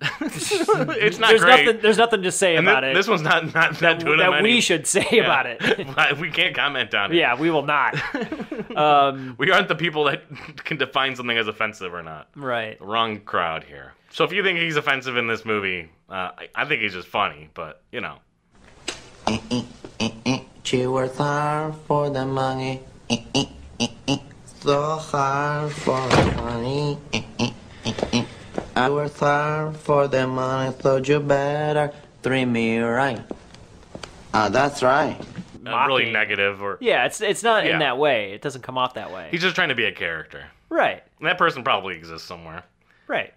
[SPEAKER 2] it's not
[SPEAKER 3] There's
[SPEAKER 2] great.
[SPEAKER 3] nothing. There's nothing to say
[SPEAKER 2] and thi-
[SPEAKER 3] about it
[SPEAKER 2] This one's not not, not doing him
[SPEAKER 3] that
[SPEAKER 2] any-
[SPEAKER 3] we should say about it.
[SPEAKER 2] But we can't comment on it.
[SPEAKER 3] yeah, we will not.
[SPEAKER 2] We aren't the people that can define something as offensive or not.
[SPEAKER 3] right.
[SPEAKER 2] Wrong crowd here. So if you think he's offensive in this movie, uh, I, I think he's just funny, but, you know.
[SPEAKER 7] She works hard for the money. The fire for the money. I work hard for the money, so you better treat me right. Ah, that's right.
[SPEAKER 2] Uh, really negative, or
[SPEAKER 3] Yeah, it's it's not
[SPEAKER 2] Yeah.
[SPEAKER 3] in that way. It doesn't come off that way.
[SPEAKER 2] he's just trying to be a character.
[SPEAKER 3] right.
[SPEAKER 2] And that person probably exists somewhere.
[SPEAKER 3] Right.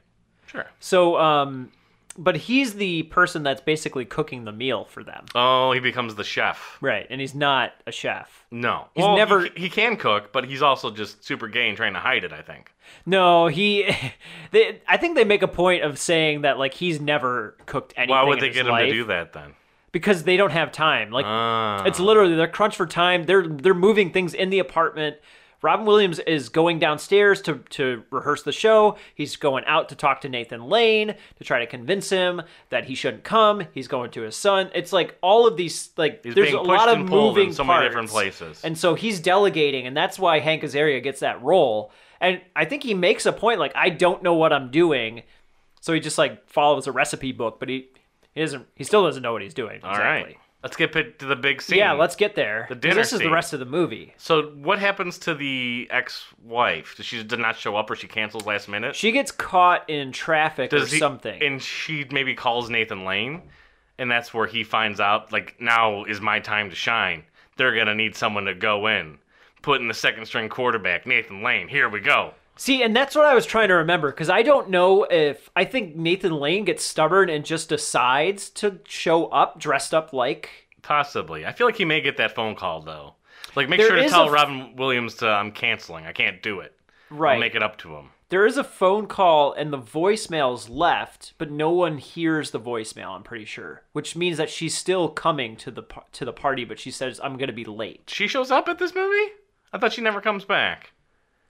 [SPEAKER 2] Sure.
[SPEAKER 3] So um but he's the person that's basically cooking the meal for them.
[SPEAKER 2] Oh, he becomes the chef.
[SPEAKER 3] Right. And he's not a chef.
[SPEAKER 2] No,
[SPEAKER 3] He's
[SPEAKER 2] Well, he
[SPEAKER 3] never-
[SPEAKER 2] c- He, can cook, but he's also just super gay and trying to hide it. I think.
[SPEAKER 3] No, he they I think they make a point of saying that like he's never cooked anything.
[SPEAKER 2] Why would
[SPEAKER 3] in
[SPEAKER 2] they
[SPEAKER 3] his
[SPEAKER 2] get him
[SPEAKER 3] life
[SPEAKER 2] to do that then?
[SPEAKER 3] Because they don't have time. Like
[SPEAKER 2] Uh,
[SPEAKER 3] It's literally they're crunched for time. They're they're moving things in the apartment. Robin Williams is going downstairs to to rehearse the show. He's going out to talk to Nathan Lane to try to convince him that he shouldn't come. He's going to his son. It's like all of these like
[SPEAKER 2] He's
[SPEAKER 3] there's
[SPEAKER 2] being
[SPEAKER 3] a
[SPEAKER 2] pushed
[SPEAKER 3] lot of
[SPEAKER 2] and pulled in
[SPEAKER 3] moving
[SPEAKER 2] so many
[SPEAKER 3] parts.
[SPEAKER 2] different places.
[SPEAKER 3] And so he's delegating and that's why Hank Azaria gets that role. And I think he makes a point like I don't know what I'm doing. So he just like follows a recipe book, but he he doesn't he still doesn't know what he's doing.
[SPEAKER 2] all
[SPEAKER 3] exactly.
[SPEAKER 2] right. Let's get pit- to the big scene.
[SPEAKER 3] Yeah, let's get there.
[SPEAKER 2] The
[SPEAKER 3] 'Cause
[SPEAKER 2] dinner
[SPEAKER 3] This is
[SPEAKER 2] scene.
[SPEAKER 3] the rest of the movie.
[SPEAKER 2] So what happens to the ex-wife? Does she did not show up, or she cancels last minute?
[SPEAKER 3] She gets caught in traffic
[SPEAKER 2] Does
[SPEAKER 3] or
[SPEAKER 2] he-
[SPEAKER 3] something.
[SPEAKER 2] And she maybe calls Nathan Lane, and that's where he finds out. Like now is my time to shine. They're gonna need someone to go in, put in the second string quarterback, Nathan Lane. Here we go.
[SPEAKER 3] See, and that's what I was trying to remember because I don't know if I think Nathan Lane gets stubborn and just decides to show up dressed up like.
[SPEAKER 2] Possibly. I feel like he may get that phone call though. Like make
[SPEAKER 3] There
[SPEAKER 2] sure to
[SPEAKER 3] is
[SPEAKER 2] tell
[SPEAKER 3] a-
[SPEAKER 2] Robin Williams to I'm canceling. I can't do it.
[SPEAKER 3] Right.
[SPEAKER 2] I'll make it up to him.
[SPEAKER 3] There is a phone call and the voicemail's left, but no one hears the voicemail. I'm pretty sure, which means that she's still coming to the par- to the party, but she says I'm going to be late.
[SPEAKER 2] She shows up at this movie? I thought she never comes back.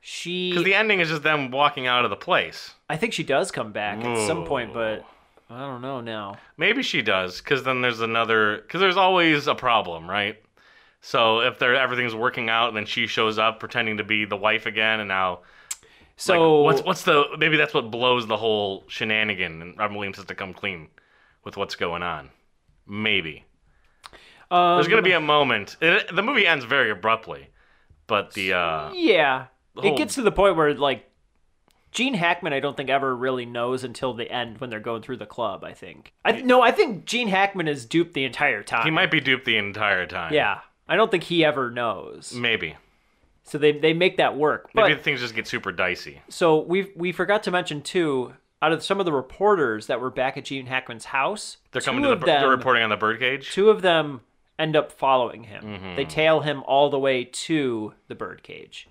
[SPEAKER 3] She,
[SPEAKER 2] Because the ending is just them walking out of the place.
[SPEAKER 3] I think she does come back at some
[SPEAKER 2] Whoa.
[SPEAKER 3] point, but I don't know now.
[SPEAKER 2] Maybe she does, because then there's another. Because there's always a problem, right? So if they're, everything's working out, and then she shows up pretending to be the wife again, and now like,
[SPEAKER 3] So
[SPEAKER 2] what's what's the maybe that's what blows the whole shenanigan, and Robin Williams has to come clean with what's going on. Maybe there's gonna be
[SPEAKER 3] Um,
[SPEAKER 2] a moment. It, the movie ends very abruptly, but the uh,
[SPEAKER 3] Yeah.
[SPEAKER 2] whole-
[SPEAKER 3] It gets to the point where like Gene Hackman I don't think ever really knows until the end when they're going through the club, I think. I th- no, I think Gene Hackman is duped the entire time.
[SPEAKER 2] he might be duped the entire time.
[SPEAKER 3] Yeah. I don't think he ever knows.
[SPEAKER 2] maybe.
[SPEAKER 3] So they they make that work. But
[SPEAKER 2] Mm. Maybe things just get super dicey.
[SPEAKER 3] so we we forgot to mention too out of some of the reporters that were back at Gene Hackman's house,
[SPEAKER 2] They're coming
[SPEAKER 3] two
[SPEAKER 2] to the
[SPEAKER 3] of
[SPEAKER 2] bir-
[SPEAKER 3] them,
[SPEAKER 2] they're reporting on the birdcage.
[SPEAKER 3] two of them end up following him.
[SPEAKER 2] Mm-hmm.
[SPEAKER 3] They tail him all the way to the birdcage.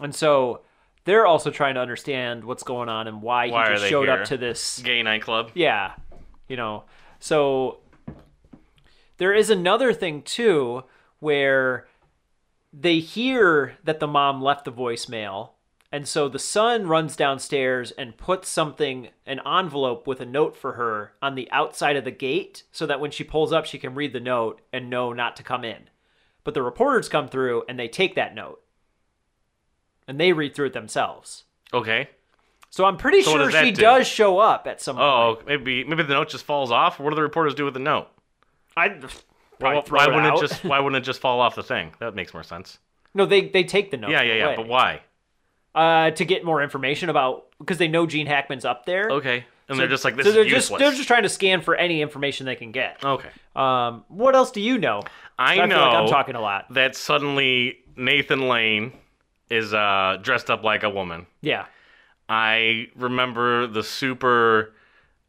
[SPEAKER 3] And so they're also trying to understand what's going on and
[SPEAKER 2] Why
[SPEAKER 3] why, he
[SPEAKER 2] are
[SPEAKER 3] just
[SPEAKER 2] they
[SPEAKER 3] showed
[SPEAKER 2] here?
[SPEAKER 3] up to this.
[SPEAKER 2] gay nightclub.
[SPEAKER 3] Yeah. You know, so there is another thing too where they hear that the mom left the voicemail. And so the son runs downstairs and puts something, an envelope with a note for her on the outside of the gate so that when she pulls up, she can read the note and know not to come in. But the reporters come through and they take that note and they read through it themselves.
[SPEAKER 2] Okay.
[SPEAKER 3] So I'm pretty
[SPEAKER 2] So what
[SPEAKER 3] sure
[SPEAKER 2] does that
[SPEAKER 3] she
[SPEAKER 2] do?
[SPEAKER 3] does show up at some point.
[SPEAKER 2] Oh, maybe maybe the note just falls off. What do the reporters do with the note?
[SPEAKER 3] I
[SPEAKER 2] Why,
[SPEAKER 3] probably throw
[SPEAKER 2] why
[SPEAKER 3] it
[SPEAKER 2] wouldn't
[SPEAKER 3] out.
[SPEAKER 2] it just Why wouldn't it just fall off the thing? That makes more sense.
[SPEAKER 3] no? They they take the note.
[SPEAKER 2] yeah, yeah, yeah.
[SPEAKER 3] away,
[SPEAKER 2] But why?
[SPEAKER 3] Uh, to get more information about because they know Gene Hackman's up there.
[SPEAKER 2] Okay. And they're just like this
[SPEAKER 3] so they're
[SPEAKER 2] is
[SPEAKER 3] just
[SPEAKER 2] useless.
[SPEAKER 3] they're just trying to scan for any information they can get.
[SPEAKER 2] okay.
[SPEAKER 3] Um, what else do you know?
[SPEAKER 2] I
[SPEAKER 3] feel
[SPEAKER 2] know.
[SPEAKER 3] like I'm talking a lot.
[SPEAKER 2] That suddenly Nathan Lane is uh, dressed up like a woman.
[SPEAKER 3] Yeah,
[SPEAKER 2] I remember the super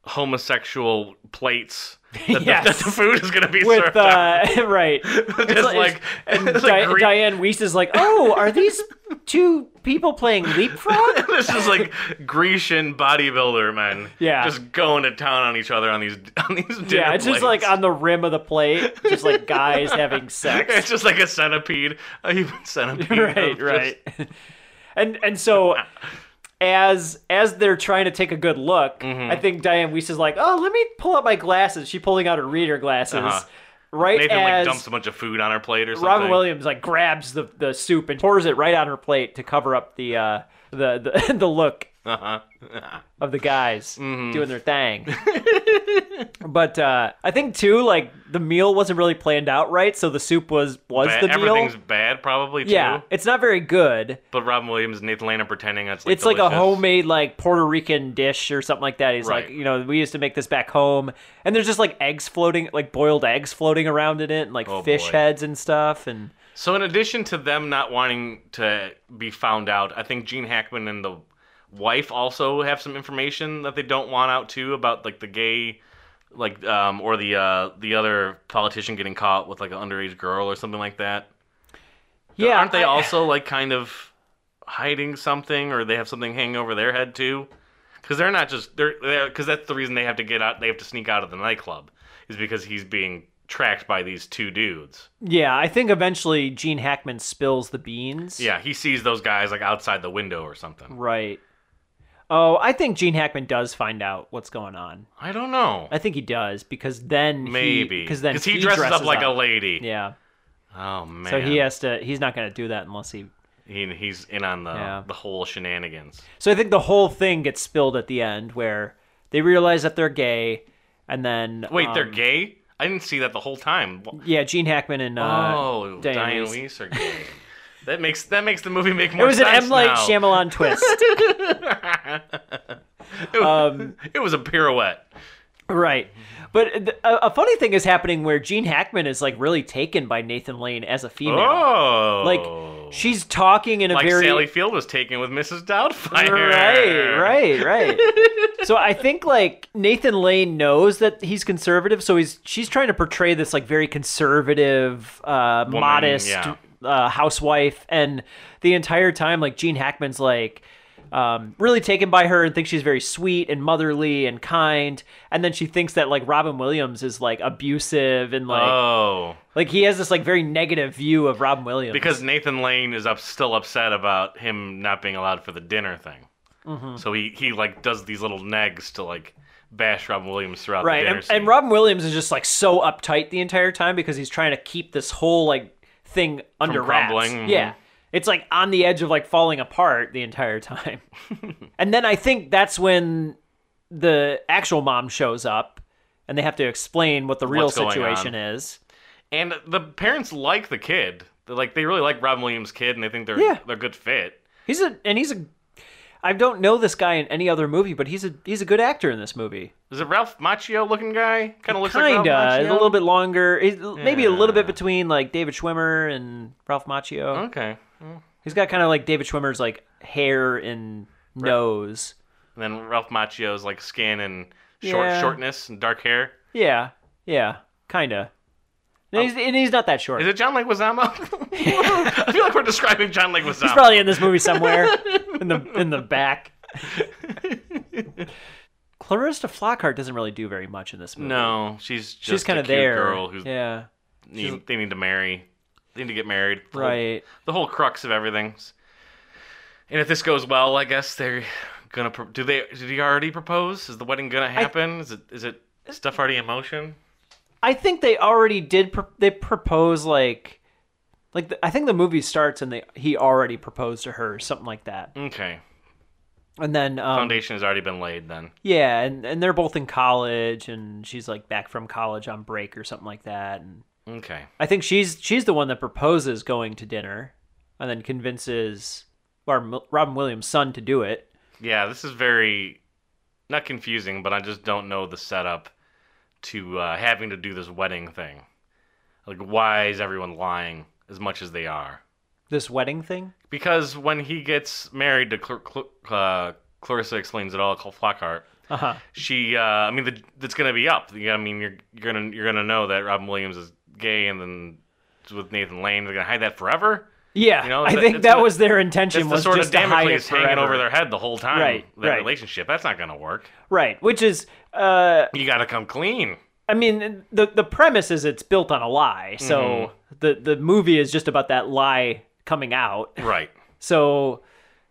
[SPEAKER 2] homosexual plates that,
[SPEAKER 3] Yes.
[SPEAKER 2] the, that the food is going to be
[SPEAKER 3] with
[SPEAKER 2] served.
[SPEAKER 3] uh, right.
[SPEAKER 2] on. just like, it's like
[SPEAKER 3] Di-
[SPEAKER 2] Greek-
[SPEAKER 3] Diane Weiss is like, oh, are these two people playing leapfrog?
[SPEAKER 2] this is like Grecian bodybuilder men.
[SPEAKER 3] Yeah.
[SPEAKER 2] Just going to town on each other on these on these dinner
[SPEAKER 3] yeah, it's just like
[SPEAKER 2] plates.
[SPEAKER 3] on the rim of the plate, just like guys having sex.
[SPEAKER 2] it's just like a centipede, a human centipede. of just-
[SPEAKER 3] right right and and so as as they're trying to take a good look
[SPEAKER 2] Mm-hmm.
[SPEAKER 3] i think diane weiss is like oh let me pull up my glasses she's pulling out her reader glasses
[SPEAKER 2] Uh-huh.
[SPEAKER 3] right
[SPEAKER 2] Nathan like
[SPEAKER 3] as
[SPEAKER 2] dumps a bunch of food on her plate or something.
[SPEAKER 3] robin williams like grabs the the soup and pours it right on her plate to cover up the uh the the, the look
[SPEAKER 2] Uh-huh.
[SPEAKER 3] of the guys
[SPEAKER 2] Mm-hmm.
[SPEAKER 3] doing their thing. but uh, I think too, like the meal wasn't really planned out right, so the soup was was
[SPEAKER 2] Ba-
[SPEAKER 3] the meal.
[SPEAKER 2] everything's bad, probably too.
[SPEAKER 3] Yeah, it's not very good.
[SPEAKER 2] But Robin Williams, and Nathan Lane are pretending it's like
[SPEAKER 3] it's like a
[SPEAKER 2] delicious.
[SPEAKER 3] homemade like Puerto Rican dish or something like that. He's
[SPEAKER 2] Right.
[SPEAKER 3] like, you know, we used to make this back home, and there's just like eggs floating, like boiled eggs floating around in it, and like
[SPEAKER 2] Oh,
[SPEAKER 3] fish
[SPEAKER 2] boy.
[SPEAKER 3] heads and stuff. And
[SPEAKER 2] So in addition to them not wanting to be found out, I think Gene Hackman and the wife also have some information that they don't want out too about like the gay like um or the uh the other politician getting caught with like an underage girl or something like that.
[SPEAKER 3] yeah,
[SPEAKER 2] Aren't they
[SPEAKER 3] I-
[SPEAKER 2] also like kind of hiding something or they have something hanging over their head too? Cuz they're not just they're cuz that's the reason they have to get out they have to sneak out of the nightclub is because he's being tracked by these two dudes.
[SPEAKER 3] Yeah, I think eventually Gene Hackman spills the beans.
[SPEAKER 2] Yeah, he sees those guys like outside the window or something.
[SPEAKER 3] Right. Oh, I think Gene Hackman does find out what's going on.
[SPEAKER 2] I don't know.
[SPEAKER 3] I think he does because then
[SPEAKER 2] Maybe
[SPEAKER 3] because then
[SPEAKER 2] he, dresses, up like a
[SPEAKER 3] lady.
[SPEAKER 2] lady.
[SPEAKER 3] Yeah.
[SPEAKER 2] Oh man.
[SPEAKER 3] So he has to. He's not going to do that unless he.
[SPEAKER 2] He- he's in on the
[SPEAKER 3] Yeah.
[SPEAKER 2] the whole shenanigans.
[SPEAKER 3] So I think the whole thing gets spilled at the end where they realize that they're gay, and then
[SPEAKER 2] Wait,
[SPEAKER 3] um,
[SPEAKER 2] they're gay? I didn't see that the whole time. Wh-
[SPEAKER 3] Yeah, Gene Hackman and uh,
[SPEAKER 2] oh,
[SPEAKER 3] Diane
[SPEAKER 2] Diane
[SPEAKER 3] Weiss.
[SPEAKER 2] Weiss are gay. that makes that makes the movie make
[SPEAKER 3] it
[SPEAKER 2] more
[SPEAKER 3] was an
[SPEAKER 2] sense
[SPEAKER 3] M Night
[SPEAKER 2] now.
[SPEAKER 3] Shyamalan twist.
[SPEAKER 2] It was,
[SPEAKER 3] um,
[SPEAKER 2] it was a pirouette.
[SPEAKER 3] Right. But th- a, a funny thing is happening where Gene Hackman is like really taken by Nathan Lane as a female.
[SPEAKER 2] Oh.
[SPEAKER 3] Like she's talking in a
[SPEAKER 2] like
[SPEAKER 3] very
[SPEAKER 2] Sally Field was taken with Mrs. Doubtfire.
[SPEAKER 3] Right, right, right. so I think like Nathan Lane knows that he's conservative, so he's she's trying to portray this like very conservative, uh,
[SPEAKER 2] Woman,
[SPEAKER 3] modest
[SPEAKER 2] yeah.
[SPEAKER 3] uh, housewife, and the entire time like Gene Hackman's like um, really taken by her and thinks she's very sweet and motherly and kind, and then she thinks that like Robin Williams is like abusive and like
[SPEAKER 2] Oh.
[SPEAKER 3] like he has this like very negative view of Robin Williams
[SPEAKER 2] because Nathan Lane is up still upset about him not being allowed for the dinner thing.
[SPEAKER 3] Mm-hmm.
[SPEAKER 2] So he he like does these little negs to like bash Robin Williams throughout
[SPEAKER 3] right
[SPEAKER 2] the dinner
[SPEAKER 3] and,
[SPEAKER 2] scene.
[SPEAKER 3] and robin williams is just like so uptight the entire time because he's trying to keep this whole like thing under wraps
[SPEAKER 2] crumbling, mhm.
[SPEAKER 3] yeah it's like on the edge of like falling apart the entire time and then i think that's when the actual mom shows up and they have to explain what the real
[SPEAKER 2] What's going
[SPEAKER 3] situation
[SPEAKER 2] on.
[SPEAKER 3] is
[SPEAKER 2] and the parents like the kid. They're like they really like Robin Williams' kid, and they think they're
[SPEAKER 3] Yeah.
[SPEAKER 2] they're a good fit.
[SPEAKER 3] he's a and he's a i don't know this guy in any other movie but he's a he's a good actor in this movie
[SPEAKER 2] Is it Ralph Macchio looking guy? Kind of looks like
[SPEAKER 3] kinda
[SPEAKER 2] Ralph
[SPEAKER 3] He's
[SPEAKER 2] Macchio.
[SPEAKER 3] a little bit longer he's maybe a little
[SPEAKER 2] Yeah.
[SPEAKER 3] bit between like david schwimmer and ralph macchio
[SPEAKER 2] Okay.
[SPEAKER 3] He's got kind of like David Schwimmer's like hair and nose.
[SPEAKER 2] And then Ralph Macchio's like skin and short
[SPEAKER 3] Yeah.
[SPEAKER 2] shortness and dark hair.
[SPEAKER 3] Yeah, yeah, kind of. And, he's- and he's not that short.
[SPEAKER 2] Is it John Leguizamo? I feel like we're describing John Leguizamo.
[SPEAKER 3] he's probably in this movie somewhere in the in the back. Clarissa Flockhart doesn't really do very much in this movie.
[SPEAKER 2] no, she's just
[SPEAKER 3] she's kind
[SPEAKER 2] a
[SPEAKER 3] of
[SPEAKER 2] cute
[SPEAKER 3] there.
[SPEAKER 2] Girl who's
[SPEAKER 3] yeah,
[SPEAKER 2] need, they need to marry. They need to get married. The whole-
[SPEAKER 3] right.
[SPEAKER 2] the whole crux of everything's. And if this goes well, I guess they're gonna. Pro- do they? Did he already propose? Is the wedding gonna happen? is it? Is it stuff already in motion?
[SPEAKER 3] I think they already did. Pro- they propose like, like the, I think the movie starts and they he already proposed to her, something like that.
[SPEAKER 2] Okay.
[SPEAKER 3] And then um,
[SPEAKER 2] Foundation has already been laid then.
[SPEAKER 3] Yeah, and, and they're both in college, and she's like back from college on break or something like that. And
[SPEAKER 2] Okay.
[SPEAKER 3] I think she's she's the one that proposes going to dinner, and then convinces or Robin Williams' son to do it.
[SPEAKER 2] Yeah, this is very not confusing, but I just don't know the setup to uh, having to do this wedding thing. Like, why is everyone lying as much as they are?
[SPEAKER 3] This wedding thing.
[SPEAKER 2] Because when he gets married to Cl- Cl- uh, Clarissa explains it all, called Flockhart.
[SPEAKER 3] Uh huh.
[SPEAKER 2] She, uh, I mean, the, that's gonna be up. You know, I mean, you're, you're gonna you're gonna know that Robin Williams is gay, and then it's with Nathan Lane, they're gonna hide that forever.
[SPEAKER 3] Yeah,
[SPEAKER 2] You know,
[SPEAKER 3] I
[SPEAKER 2] that-
[SPEAKER 3] think
[SPEAKER 2] it's
[SPEAKER 3] that
[SPEAKER 2] the-
[SPEAKER 3] was their intention
[SPEAKER 2] It's the
[SPEAKER 3] was
[SPEAKER 2] sort of
[SPEAKER 3] just to hide it
[SPEAKER 2] Damocles hanging
[SPEAKER 3] forever.
[SPEAKER 2] over their head the whole time.
[SPEAKER 3] Right,
[SPEAKER 2] Their
[SPEAKER 3] right.
[SPEAKER 2] relationship that's not gonna work.
[SPEAKER 3] Right, which is uh,
[SPEAKER 2] You gotta come clean.
[SPEAKER 3] I mean the the premise is it's built on a lie, so
[SPEAKER 2] Mm-hmm.
[SPEAKER 3] the the movie is just about that lie coming out.
[SPEAKER 2] Right.
[SPEAKER 3] So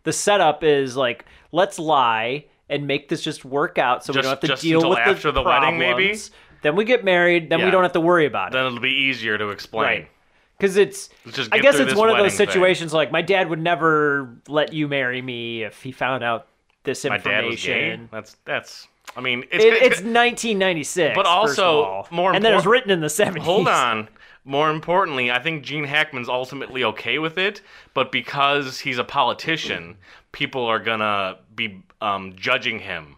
[SPEAKER 3] the setup is like let's lie and make this just work out so we
[SPEAKER 2] Just-
[SPEAKER 3] don't have to
[SPEAKER 2] just
[SPEAKER 3] deal
[SPEAKER 2] until
[SPEAKER 3] with
[SPEAKER 2] after the wedding, maybe?
[SPEAKER 3] problems. Then we get married, then
[SPEAKER 2] Yeah.
[SPEAKER 3] we don't have to worry about it.
[SPEAKER 2] Then it'll be easier to explain.
[SPEAKER 3] Right. because it's
[SPEAKER 2] Let's just
[SPEAKER 3] I
[SPEAKER 2] get
[SPEAKER 3] guess
[SPEAKER 2] through
[SPEAKER 3] it's
[SPEAKER 2] this
[SPEAKER 3] one of those
[SPEAKER 2] wedding thing.
[SPEAKER 3] situations like my dad would never let you marry me if he found out this
[SPEAKER 2] My dad was gay.
[SPEAKER 3] information.
[SPEAKER 2] That's that's. I mean, it's
[SPEAKER 3] It, it's 1996,
[SPEAKER 2] But
[SPEAKER 3] first of
[SPEAKER 2] also,
[SPEAKER 3] all.
[SPEAKER 2] more
[SPEAKER 3] and then it was
[SPEAKER 2] impor-
[SPEAKER 3] written in the 70s.
[SPEAKER 2] Hold on. More importantly, I think Gene Hackman's ultimately okay with it, but because he's a politician, people are gonna be um, judging him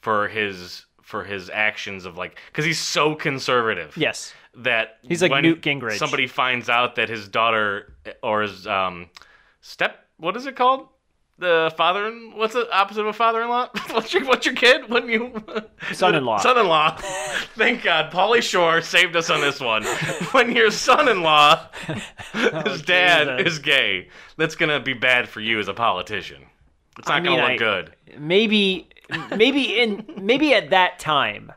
[SPEAKER 2] for his for his actions of like because he's so conservative.
[SPEAKER 3] Yes,
[SPEAKER 2] that
[SPEAKER 3] He's like
[SPEAKER 2] when
[SPEAKER 3] Newt Gingrich.
[SPEAKER 2] Somebody finds out that his daughter or his um, step what is it called? The father what's the opposite of a father-in-law? what's your what's your kid when you
[SPEAKER 3] Son-in-law.
[SPEAKER 2] Son-in-law. Thank God, Pauly Shore saved us on this one. when your son-in-law, his dad
[SPEAKER 3] Oh, Jesus.
[SPEAKER 2] is gay, that's gonna be bad for you as a politician. It's not
[SPEAKER 3] I mean,
[SPEAKER 2] gonna look
[SPEAKER 3] I-
[SPEAKER 2] good.
[SPEAKER 3] maybe, maybe in maybe at that time,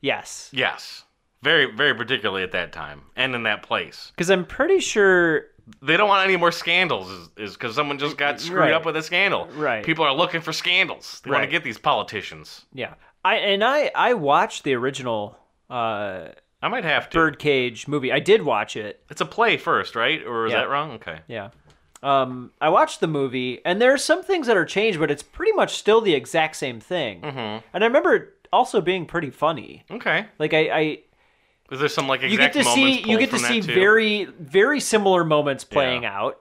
[SPEAKER 3] yes.
[SPEAKER 2] Yes, very very particularly at that time and in that place.
[SPEAKER 3] Because I'm pretty sure
[SPEAKER 2] they don't want any more scandals is because someone just got screwed
[SPEAKER 3] Right.
[SPEAKER 2] up with a scandal
[SPEAKER 3] Right.
[SPEAKER 2] people are looking for scandals they want
[SPEAKER 3] Right.
[SPEAKER 2] to get these politicians
[SPEAKER 3] Yeah, I and I I watched the original uh,
[SPEAKER 2] i might have to
[SPEAKER 3] Birdcage movie. I did watch it.
[SPEAKER 2] it's a play first right or is
[SPEAKER 3] Yeah.
[SPEAKER 2] that wrong okay
[SPEAKER 3] Yeah, um, I watched the movie, and there are some things that are changed, but it's pretty much still the exact same thing. Mm-hmm. And I remember it also being pretty funny.
[SPEAKER 2] okay
[SPEAKER 3] Like I, I
[SPEAKER 2] is there some like
[SPEAKER 3] you
[SPEAKER 2] exact
[SPEAKER 3] get to
[SPEAKER 2] moments
[SPEAKER 3] see you
[SPEAKER 2] pulled
[SPEAKER 3] get to
[SPEAKER 2] from
[SPEAKER 3] see
[SPEAKER 2] that, too?
[SPEAKER 3] very very similar moments playing out,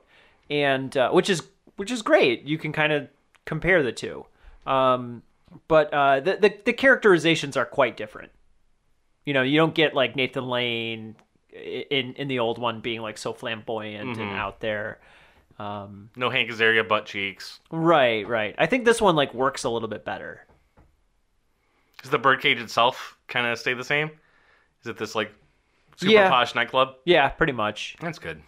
[SPEAKER 3] and uh, which is which is great. You can kind of compare the two, um, but uh, the, the the characterizations are quite different. You know, you don't get like Nathan Lane i- in in the old one being like so flamboyant
[SPEAKER 2] Mm-hmm.
[SPEAKER 3] and out there.
[SPEAKER 2] no hank azaria butt cheeks
[SPEAKER 3] Right, right. I think this one like works a little bit better.
[SPEAKER 2] does the birdcage itself kind of stay the same is it this like super
[SPEAKER 3] Yeah.
[SPEAKER 2] posh nightclub
[SPEAKER 3] Yeah, pretty much.
[SPEAKER 2] that's good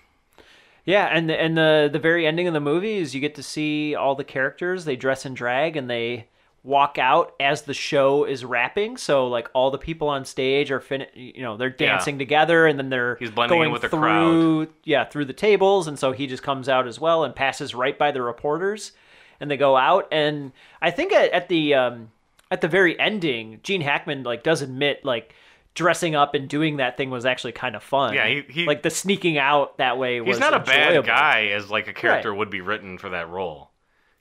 [SPEAKER 3] Yeah, and the, and the the very ending of the movie is you get to see all the characters. They dress in drag and they walk out as the show is wrapping. So like all the people on stage are fin, you know, they're
[SPEAKER 2] Yeah.
[SPEAKER 3] dancing together, and then they're
[SPEAKER 2] He's blending in
[SPEAKER 3] going
[SPEAKER 2] with the
[SPEAKER 3] through, Yeah, through the tables, and so he just comes out as well and passes right by the reporters, and they go out. And I think at, at the um, at the very ending, Gene Hackman like does admit like. Dressing up and doing that thing was actually kind of fun.
[SPEAKER 2] Yeah, he- he-
[SPEAKER 3] like the sneaking out that way
[SPEAKER 2] he's
[SPEAKER 3] was
[SPEAKER 2] not a
[SPEAKER 3] enjoyable.
[SPEAKER 2] bad guy as like a character
[SPEAKER 3] Right.
[SPEAKER 2] would be written for that role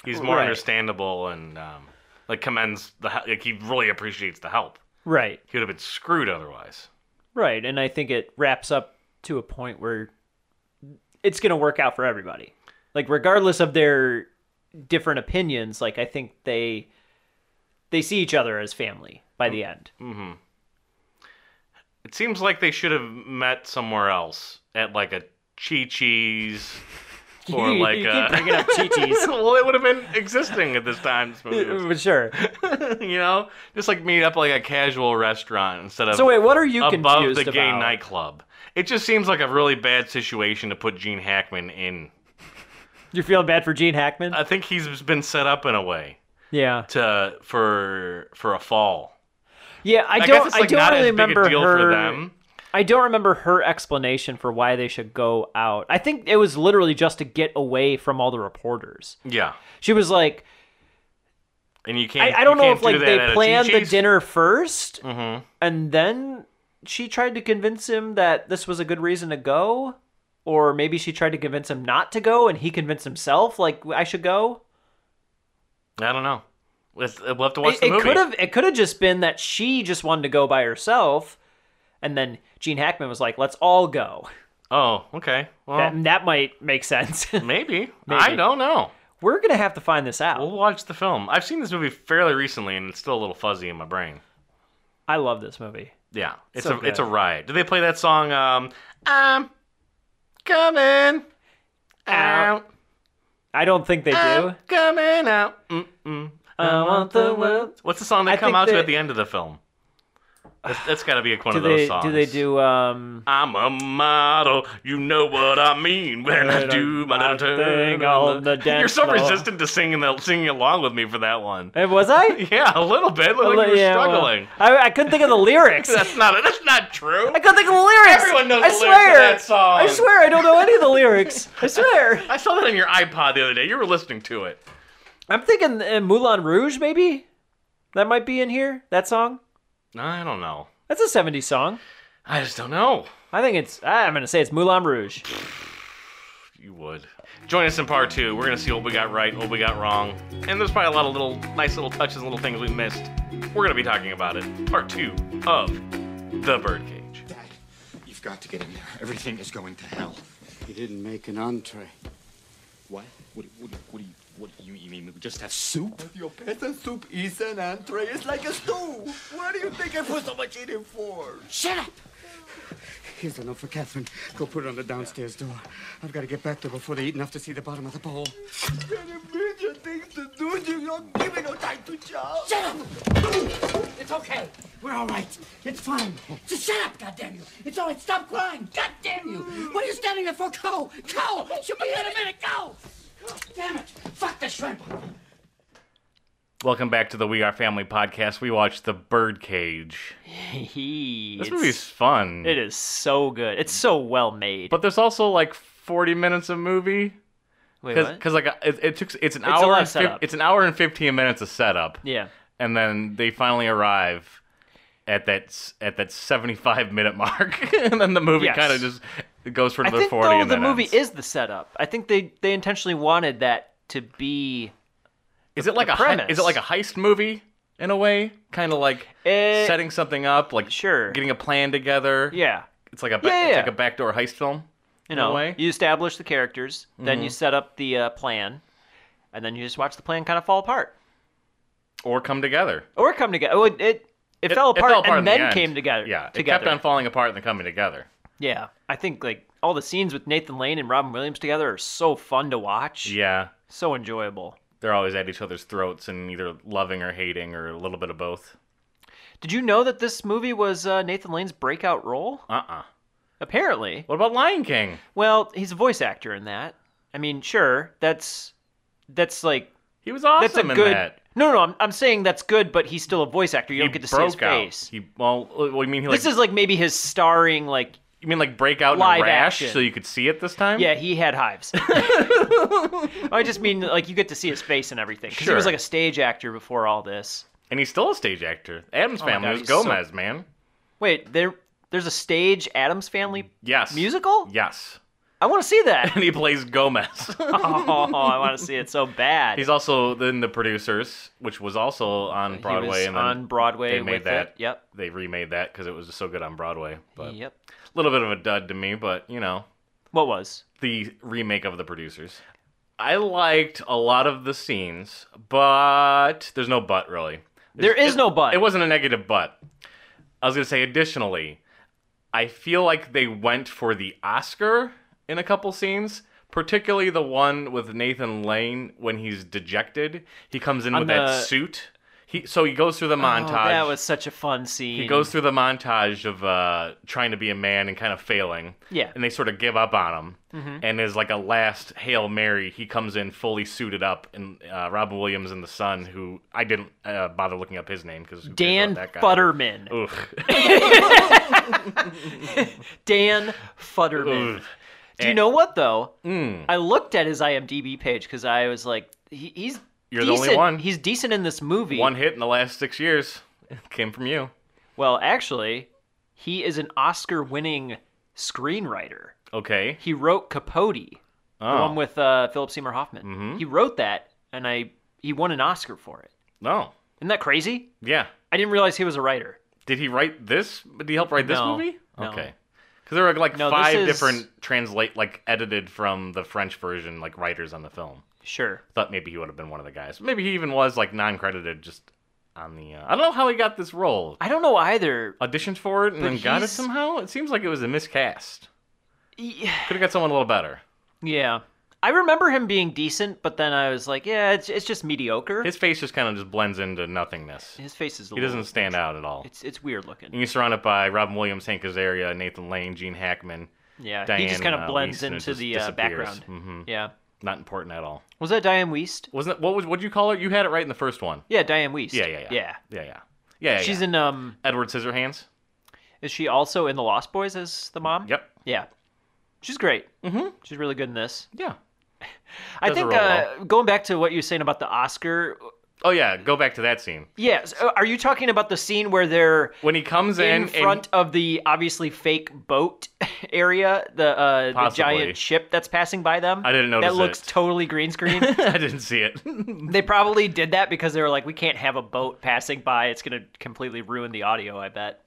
[SPEAKER 2] he's more
[SPEAKER 3] Right.
[SPEAKER 2] understandable and um, like commends the he- like he really appreciates the help
[SPEAKER 3] Right,
[SPEAKER 2] he would have been screwed otherwise.
[SPEAKER 3] right. And I think it wraps up to a point where it's going to work out for everybody. Like regardless of their different opinions, like I think they they see each other as family by the end.
[SPEAKER 2] It seems like they should have met somewhere else at like a Chi Chi's or
[SPEAKER 3] You- you
[SPEAKER 2] like
[SPEAKER 3] keep
[SPEAKER 2] a.
[SPEAKER 3] bringing up Chi-Chi's.
[SPEAKER 2] well, it would have been existing at this time. this movie was-
[SPEAKER 3] But sure.
[SPEAKER 2] you know, just like meet up at, like a casual restaurant instead of
[SPEAKER 3] So wait, what are you
[SPEAKER 2] above
[SPEAKER 3] confused
[SPEAKER 2] the gay
[SPEAKER 3] about?
[SPEAKER 2] nightclub. It just seems like a really bad situation to put Gene Hackman in.
[SPEAKER 3] You're feeling bad for Gene Hackman?
[SPEAKER 2] I think he's been set up in a way
[SPEAKER 3] yeah.
[SPEAKER 2] to for for a fall.
[SPEAKER 3] Yeah, I,
[SPEAKER 2] I, guess
[SPEAKER 3] don't
[SPEAKER 2] it's like
[SPEAKER 3] I don't
[SPEAKER 2] not
[SPEAKER 3] really
[SPEAKER 2] as
[SPEAKER 3] remember
[SPEAKER 2] big a deal
[SPEAKER 3] her
[SPEAKER 2] for them.
[SPEAKER 3] I don't remember her explanation for why they should go out. I think it was literally just to get away from all the reporters.
[SPEAKER 2] Yeah,
[SPEAKER 3] She was like,
[SPEAKER 2] and you can't.
[SPEAKER 3] I, I don't
[SPEAKER 2] you
[SPEAKER 3] know
[SPEAKER 2] can't
[SPEAKER 3] if
[SPEAKER 2] do
[SPEAKER 3] like
[SPEAKER 2] that at
[SPEAKER 3] they
[SPEAKER 2] a Mm-hmm.
[SPEAKER 3] planned the
[SPEAKER 2] Chi-Chi's.
[SPEAKER 3] dinner 1st and then she tried to convince him that this was a good reason to go, or maybe she tried to convince him not to go, and he convinced himself like I should go.
[SPEAKER 2] I don't know. Let's, uh, we'll have to watch
[SPEAKER 3] it
[SPEAKER 2] the movie.
[SPEAKER 3] could have it could have just been that she just wanted to go by herself, and then Gene Hackman was like, "Let's all go."
[SPEAKER 2] Oh, okay. Well,
[SPEAKER 3] That, that might make sense.
[SPEAKER 2] maybe. I don't know.
[SPEAKER 3] We're gonna have to find this out.
[SPEAKER 2] We'll watch the film. I've seen this movie fairly recently, and it's still a little fuzzy in my brain.
[SPEAKER 3] I love this movie.
[SPEAKER 2] Yeah, it's
[SPEAKER 3] So
[SPEAKER 2] a it's a
[SPEAKER 3] good.
[SPEAKER 2] ride. Do they play that song? Um, I'm coming out.
[SPEAKER 3] I don't think they do.
[SPEAKER 2] I'm coming out. Mm-mm.
[SPEAKER 3] Uh, I want the world.
[SPEAKER 2] What's the song they
[SPEAKER 3] I
[SPEAKER 2] come
[SPEAKER 3] think
[SPEAKER 2] out to
[SPEAKER 3] that-
[SPEAKER 2] at the end of the film? That's, that's got to be one
[SPEAKER 3] Do
[SPEAKER 2] of those
[SPEAKER 3] they
[SPEAKER 2] songs.
[SPEAKER 3] do they do um?
[SPEAKER 2] I'm a model. You know what I mean when I do my little
[SPEAKER 3] My thing
[SPEAKER 2] turn
[SPEAKER 3] on the
[SPEAKER 2] You're
[SPEAKER 3] dance
[SPEAKER 2] so
[SPEAKER 3] floor.
[SPEAKER 2] resistant to singing the, singing along with me for that one.
[SPEAKER 3] Eh, Was I?
[SPEAKER 2] Yeah, a little bit. Like you were
[SPEAKER 3] Yeah, well,
[SPEAKER 2] struggling.
[SPEAKER 3] I, I couldn't think of the lyrics. I
[SPEAKER 2] That's not that's not true.
[SPEAKER 3] couldn't think of the lyrics.
[SPEAKER 2] Everyone knows
[SPEAKER 3] I
[SPEAKER 2] the lyrics
[SPEAKER 3] swear.
[SPEAKER 2] to that song.
[SPEAKER 3] I swear I don't know any of the lyrics. I swear.
[SPEAKER 2] I saw that on your iPod the other day. You were listening to it.
[SPEAKER 3] I'm thinking uh, Moulin Rouge maybe. That might be in here. That song.
[SPEAKER 2] I don't know.
[SPEAKER 3] That's a '70s song.
[SPEAKER 2] I just don't know.
[SPEAKER 3] I think it's. ah, I'm gonna say it's Moulin Rouge.
[SPEAKER 2] You would. Join us in part two. We're gonna see what we got right, what we got wrong, and there's probably a lot of little nice little touches and little things we missed. We're gonna be talking about it. Part two of the Birdcage.
[SPEAKER 8] Dad, you've got to get in there. Everything is going to hell.
[SPEAKER 9] You didn't make an entree.
[SPEAKER 8] What? What, what, what do you what do you, you mean we just have soup?
[SPEAKER 9] Your peasant soup is an entree. It's like a stew. What do you think I put so much in it for?
[SPEAKER 8] Shut up!
[SPEAKER 9] Here's a note for Catherine. Go put it on the downstairs door. I've got to get back there before they eat enough to see the bottom of the bowl. There are major things to do. You don't give me no time to chow.
[SPEAKER 8] Shut up! It's okay. We're all right. It's fine. Just shut up, goddamn you! It's all right. Stop crying. Goddamn you! What are you standing there for? Go! Go! She'll be here in a minute. Go! Damn it! Fuck the shrimp!
[SPEAKER 2] Welcome back to the We Are Family podcast. We watched the Birdcage. This movie's fun.
[SPEAKER 3] It is so good. It's so well made.
[SPEAKER 2] But there's also like 40 minutes of movie.
[SPEAKER 3] Wait, what?
[SPEAKER 2] Because like uh, it, it took it's an
[SPEAKER 3] a lot
[SPEAKER 2] hour
[SPEAKER 3] of
[SPEAKER 2] and fif-
[SPEAKER 3] setup.
[SPEAKER 2] it's an hour and 15 minutes of setup.
[SPEAKER 3] yeah.
[SPEAKER 2] and then they finally arrive at that s- at that 75 minute mark and then the movie
[SPEAKER 3] Yes.
[SPEAKER 2] kind of just goes for
[SPEAKER 3] I
[SPEAKER 2] another
[SPEAKER 3] think
[SPEAKER 2] 40
[SPEAKER 3] though
[SPEAKER 2] and
[SPEAKER 3] the
[SPEAKER 2] then
[SPEAKER 3] movie
[SPEAKER 2] ends.
[SPEAKER 3] is the setup. I think they they intentionally wanted that to be.
[SPEAKER 2] is it like
[SPEAKER 3] the
[SPEAKER 2] a hei-
[SPEAKER 3] premise.
[SPEAKER 2] is it like a heist movie in a way kind of like
[SPEAKER 3] Eh,
[SPEAKER 2] setting something up like
[SPEAKER 3] sure.
[SPEAKER 2] getting a plan together
[SPEAKER 3] Yeah.
[SPEAKER 2] it's like a ba-
[SPEAKER 3] Yeah,
[SPEAKER 2] it's
[SPEAKER 3] yeah.
[SPEAKER 2] like a backdoor heist film
[SPEAKER 3] You know,
[SPEAKER 2] way. Mm-hmm.
[SPEAKER 3] you establish the characters, then you set up the uh, plan, and then you just watch the plan kind of fall apart
[SPEAKER 2] or come together
[SPEAKER 3] or come together. Oh, it it, it, fell,
[SPEAKER 2] it
[SPEAKER 3] apart
[SPEAKER 2] in
[SPEAKER 3] and
[SPEAKER 2] the
[SPEAKER 3] then
[SPEAKER 2] end.
[SPEAKER 3] came together.
[SPEAKER 2] yeah it
[SPEAKER 3] together.
[SPEAKER 2] kept on falling apart and then coming together
[SPEAKER 3] Yeah, I think like all the scenes with Nathan Lane and Robin Williams together are so fun to watch.
[SPEAKER 2] yeah
[SPEAKER 3] so enjoyable.
[SPEAKER 2] they're always at each other's throats and either loving or hating or a little bit of both
[SPEAKER 3] Did you know that this movie was uh, Nathan Lane's breakout role?
[SPEAKER 2] uh-uh
[SPEAKER 3] Apparently.
[SPEAKER 2] what about lion king
[SPEAKER 3] Well, he's a voice actor in that. I mean, sure, that's that's like
[SPEAKER 2] he was awesome
[SPEAKER 3] that's a
[SPEAKER 2] in
[SPEAKER 3] good.
[SPEAKER 2] that
[SPEAKER 3] No, no, I'm, I'm saying that's good, but he's still a voice actor. You don't get to see his face.
[SPEAKER 2] He well, what do you mean? He like
[SPEAKER 3] this is like maybe his starring. Like,
[SPEAKER 2] you mean like break out in a
[SPEAKER 3] live
[SPEAKER 2] rash
[SPEAKER 3] action.
[SPEAKER 2] so you could see it this time?
[SPEAKER 3] yeah, he had hives. I just mean like you get to see his face and everything. 'cause he was
[SPEAKER 2] Sure.
[SPEAKER 3] like a stage actor before all this.
[SPEAKER 2] and he's still a stage actor. Adam's
[SPEAKER 3] Oh my
[SPEAKER 2] family
[SPEAKER 3] God,
[SPEAKER 2] was
[SPEAKER 3] he's so-
[SPEAKER 2] Gomez, man.
[SPEAKER 3] Wait, there there's a stage Adams Family
[SPEAKER 2] Yes,
[SPEAKER 3] musical.
[SPEAKER 2] Yes,
[SPEAKER 3] I want to see that.
[SPEAKER 2] and he plays Gomez.
[SPEAKER 3] oh, I want to see it so bad.
[SPEAKER 2] he's also in the producers, which was also on Broadway.
[SPEAKER 3] he was
[SPEAKER 2] and then
[SPEAKER 3] on Broadway
[SPEAKER 2] they made
[SPEAKER 3] with
[SPEAKER 2] that.
[SPEAKER 3] it. Yep.
[SPEAKER 2] They remade that because it was so good on Broadway. But
[SPEAKER 3] Yep.
[SPEAKER 2] a little bit of a dud to me, but you know,
[SPEAKER 3] What was?
[SPEAKER 2] the remake of the producers. I liked a lot of the scenes, but there's no but really.
[SPEAKER 3] There is no but.
[SPEAKER 2] It wasn't a negative but. I was going to say additionally, I feel like they went for the Oscar in a couple scenes, particularly the one with Nathan Lane when he's dejected. He comes in
[SPEAKER 3] On
[SPEAKER 2] with
[SPEAKER 3] the-
[SPEAKER 2] that suit. He so he goes through the montage.
[SPEAKER 3] Oh, that was such a fun scene.
[SPEAKER 2] He goes through the montage of uh, trying to be a man and kind of failing.
[SPEAKER 3] Yeah. Mm-hmm.
[SPEAKER 2] And they sort of give up on him. And as like a last Hail Mary, he comes in fully suited up. And uh, Robin Williams and the son, who I didn't uh, bother looking up his name because
[SPEAKER 3] Dan
[SPEAKER 2] that guy.
[SPEAKER 3] Futterman.
[SPEAKER 2] Oof.
[SPEAKER 3] Dan Futterman.
[SPEAKER 2] Oof. Eh.
[SPEAKER 3] Do you know what though?
[SPEAKER 2] Hmm.
[SPEAKER 3] I looked at his IMDb page because I was like, he, he's
[SPEAKER 2] You're the
[SPEAKER 3] decent.
[SPEAKER 2] only one.
[SPEAKER 3] He's decent in this movie.
[SPEAKER 2] One hit in the last six years came from you.
[SPEAKER 3] Well, actually, he is an Oscar-winning screenwriter.
[SPEAKER 2] Okay.
[SPEAKER 3] He wrote Capote, the
[SPEAKER 2] Oh. Mm-hmm.
[SPEAKER 3] one with uh, Philip Seymour Hoffman. He wrote that, and I he won an Oscar for it.
[SPEAKER 2] no.
[SPEAKER 3] Isn't that crazy?
[SPEAKER 2] Yeah.
[SPEAKER 3] I didn't realize he was a writer.
[SPEAKER 2] Did he write this? Did he help write this
[SPEAKER 3] No.
[SPEAKER 2] movie?
[SPEAKER 3] No.
[SPEAKER 2] Okay. Because there were like
[SPEAKER 3] No, this
[SPEAKER 2] five
[SPEAKER 3] is-
[SPEAKER 2] different translate, like edited from the French version, like writers on the film.
[SPEAKER 3] Sure.
[SPEAKER 2] thought maybe he would have been one of the guys. Maybe he even was like non-credited, just on the. Uh, I don't know how he got this role.
[SPEAKER 3] I don't know either.
[SPEAKER 2] Auditioned for it and
[SPEAKER 3] But
[SPEAKER 2] then got it
[SPEAKER 3] he's-
[SPEAKER 2] somehow. It seems like it was a miscast.
[SPEAKER 3] He-
[SPEAKER 2] Could have got someone a little better.
[SPEAKER 3] E, Yeah. I remember him being decent, but then I was like, yeah, it's, it's just mediocre. His,
[SPEAKER 2] His face just kind of just blends into nothingness.
[SPEAKER 3] face is a
[SPEAKER 2] He
[SPEAKER 3] little,
[SPEAKER 2] doesn't Mm, stand out at all.
[SPEAKER 3] It's it's weird looking.
[SPEAKER 2] And you're surrounded by Robin Williams, Hank Azaria, Nathan Lane, Gene Hackman.
[SPEAKER 3] Yeah,
[SPEAKER 2] Diane,
[SPEAKER 3] he just kind of
[SPEAKER 2] uh,
[SPEAKER 3] blends
[SPEAKER 2] Wiest, and it
[SPEAKER 3] into
[SPEAKER 2] just
[SPEAKER 3] the uh,
[SPEAKER 2] disappears.
[SPEAKER 3] background.
[SPEAKER 2] Mhm.
[SPEAKER 3] Yeah.
[SPEAKER 2] Not important at all.
[SPEAKER 3] Was that Diane Weist?
[SPEAKER 2] Wasn't it, what was what would you call her? You had it right in the first one.
[SPEAKER 3] Yeah, Diane Weist.
[SPEAKER 2] Yeah, yeah, yeah,
[SPEAKER 3] Yeah.
[SPEAKER 2] yeah, yeah. yeah, yeah
[SPEAKER 3] She's
[SPEAKER 2] yeah.
[SPEAKER 3] in um
[SPEAKER 2] Edward Scissorhands.
[SPEAKER 3] is she also in The Lost Boys as the mom?
[SPEAKER 2] Yep.
[SPEAKER 3] Yeah. She's great. Mm-hmm. She's really good in this.
[SPEAKER 2] Yeah.
[SPEAKER 3] I
[SPEAKER 2] Does a
[SPEAKER 3] think
[SPEAKER 2] real
[SPEAKER 3] uh, going back to what you were saying about the Oscar,
[SPEAKER 2] Oh yeah, go back to that scene.
[SPEAKER 3] Yes. uh, Are you talking about the scene where they're
[SPEAKER 2] When he comes in,
[SPEAKER 3] in front of the obviously fake boat area, the uh, the
[SPEAKER 2] Possibly.
[SPEAKER 3] giant ship that's passing by them?
[SPEAKER 2] I didn't notice
[SPEAKER 3] That looks
[SPEAKER 2] it.
[SPEAKER 3] totally green screen.
[SPEAKER 2] and I didn't see it.
[SPEAKER 3] they probably did that because they were like, we can't have a boat passing by. It's going to completely ruin the audio, I bet.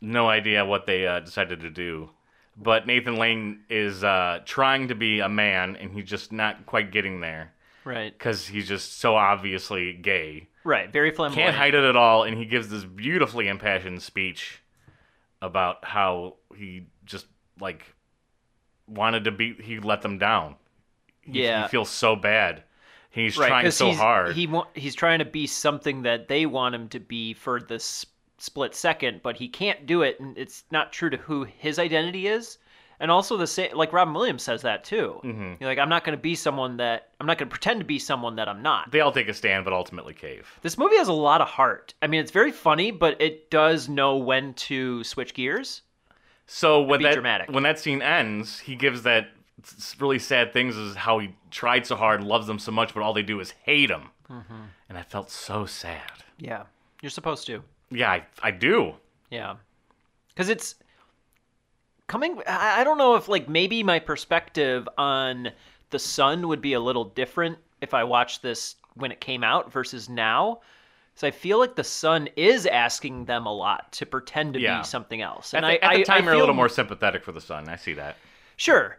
[SPEAKER 2] no idea what they uh, decided to do. But Nathan Lane is uh, trying to be a man, and he's just not quite getting there
[SPEAKER 3] Right.
[SPEAKER 2] because he's just so obviously gay.
[SPEAKER 3] Right. Very flamboyant.
[SPEAKER 2] Can't hide it at all, and he gives this beautifully impassioned speech about how he just like wanted to be. He let them down. He,
[SPEAKER 3] Yeah.
[SPEAKER 2] he feels so bad. He's
[SPEAKER 3] right,
[SPEAKER 2] trying
[SPEAKER 3] 'cause
[SPEAKER 2] so
[SPEAKER 3] he's,
[SPEAKER 2] hard.
[SPEAKER 3] He wa- he's trying to be something that they want him to be for this split second, but he can't do it, and it's not true to who his identity is. And also the same, like Robin Williams says that too.
[SPEAKER 2] Mm-hmm.
[SPEAKER 3] You're like, I'm not going to be someone that I'm not going to pretend to be someone that I'm not.
[SPEAKER 2] they all take a stand, but ultimately cave.
[SPEAKER 3] This movie has a lot of heart. I mean, it's very funny, but it does know when to switch gears.
[SPEAKER 2] So when
[SPEAKER 3] be
[SPEAKER 2] that
[SPEAKER 3] dramatic.
[SPEAKER 2] when that scene ends, he gives that s- really sad things is how he tried so hard, loves them so much, but all they do is hate him.
[SPEAKER 3] Mm-hmm.
[SPEAKER 2] And I felt so sad.
[SPEAKER 3] Yeah, you're supposed to.
[SPEAKER 2] Yeah, I, I do.
[SPEAKER 3] Yeah, because it's coming. I I don't know if like maybe my perspective on the sun would be a little different if I watched this when it came out versus now. So I feel like the sun is asking them a lot to pretend to
[SPEAKER 2] Yeah.
[SPEAKER 3] be something else.
[SPEAKER 2] At
[SPEAKER 3] And
[SPEAKER 2] the,
[SPEAKER 3] I,
[SPEAKER 2] at the
[SPEAKER 3] I-
[SPEAKER 2] time,
[SPEAKER 3] I
[SPEAKER 2] you're a
[SPEAKER 3] feel-
[SPEAKER 2] little more sympathetic for the son. I see that.
[SPEAKER 3] sure.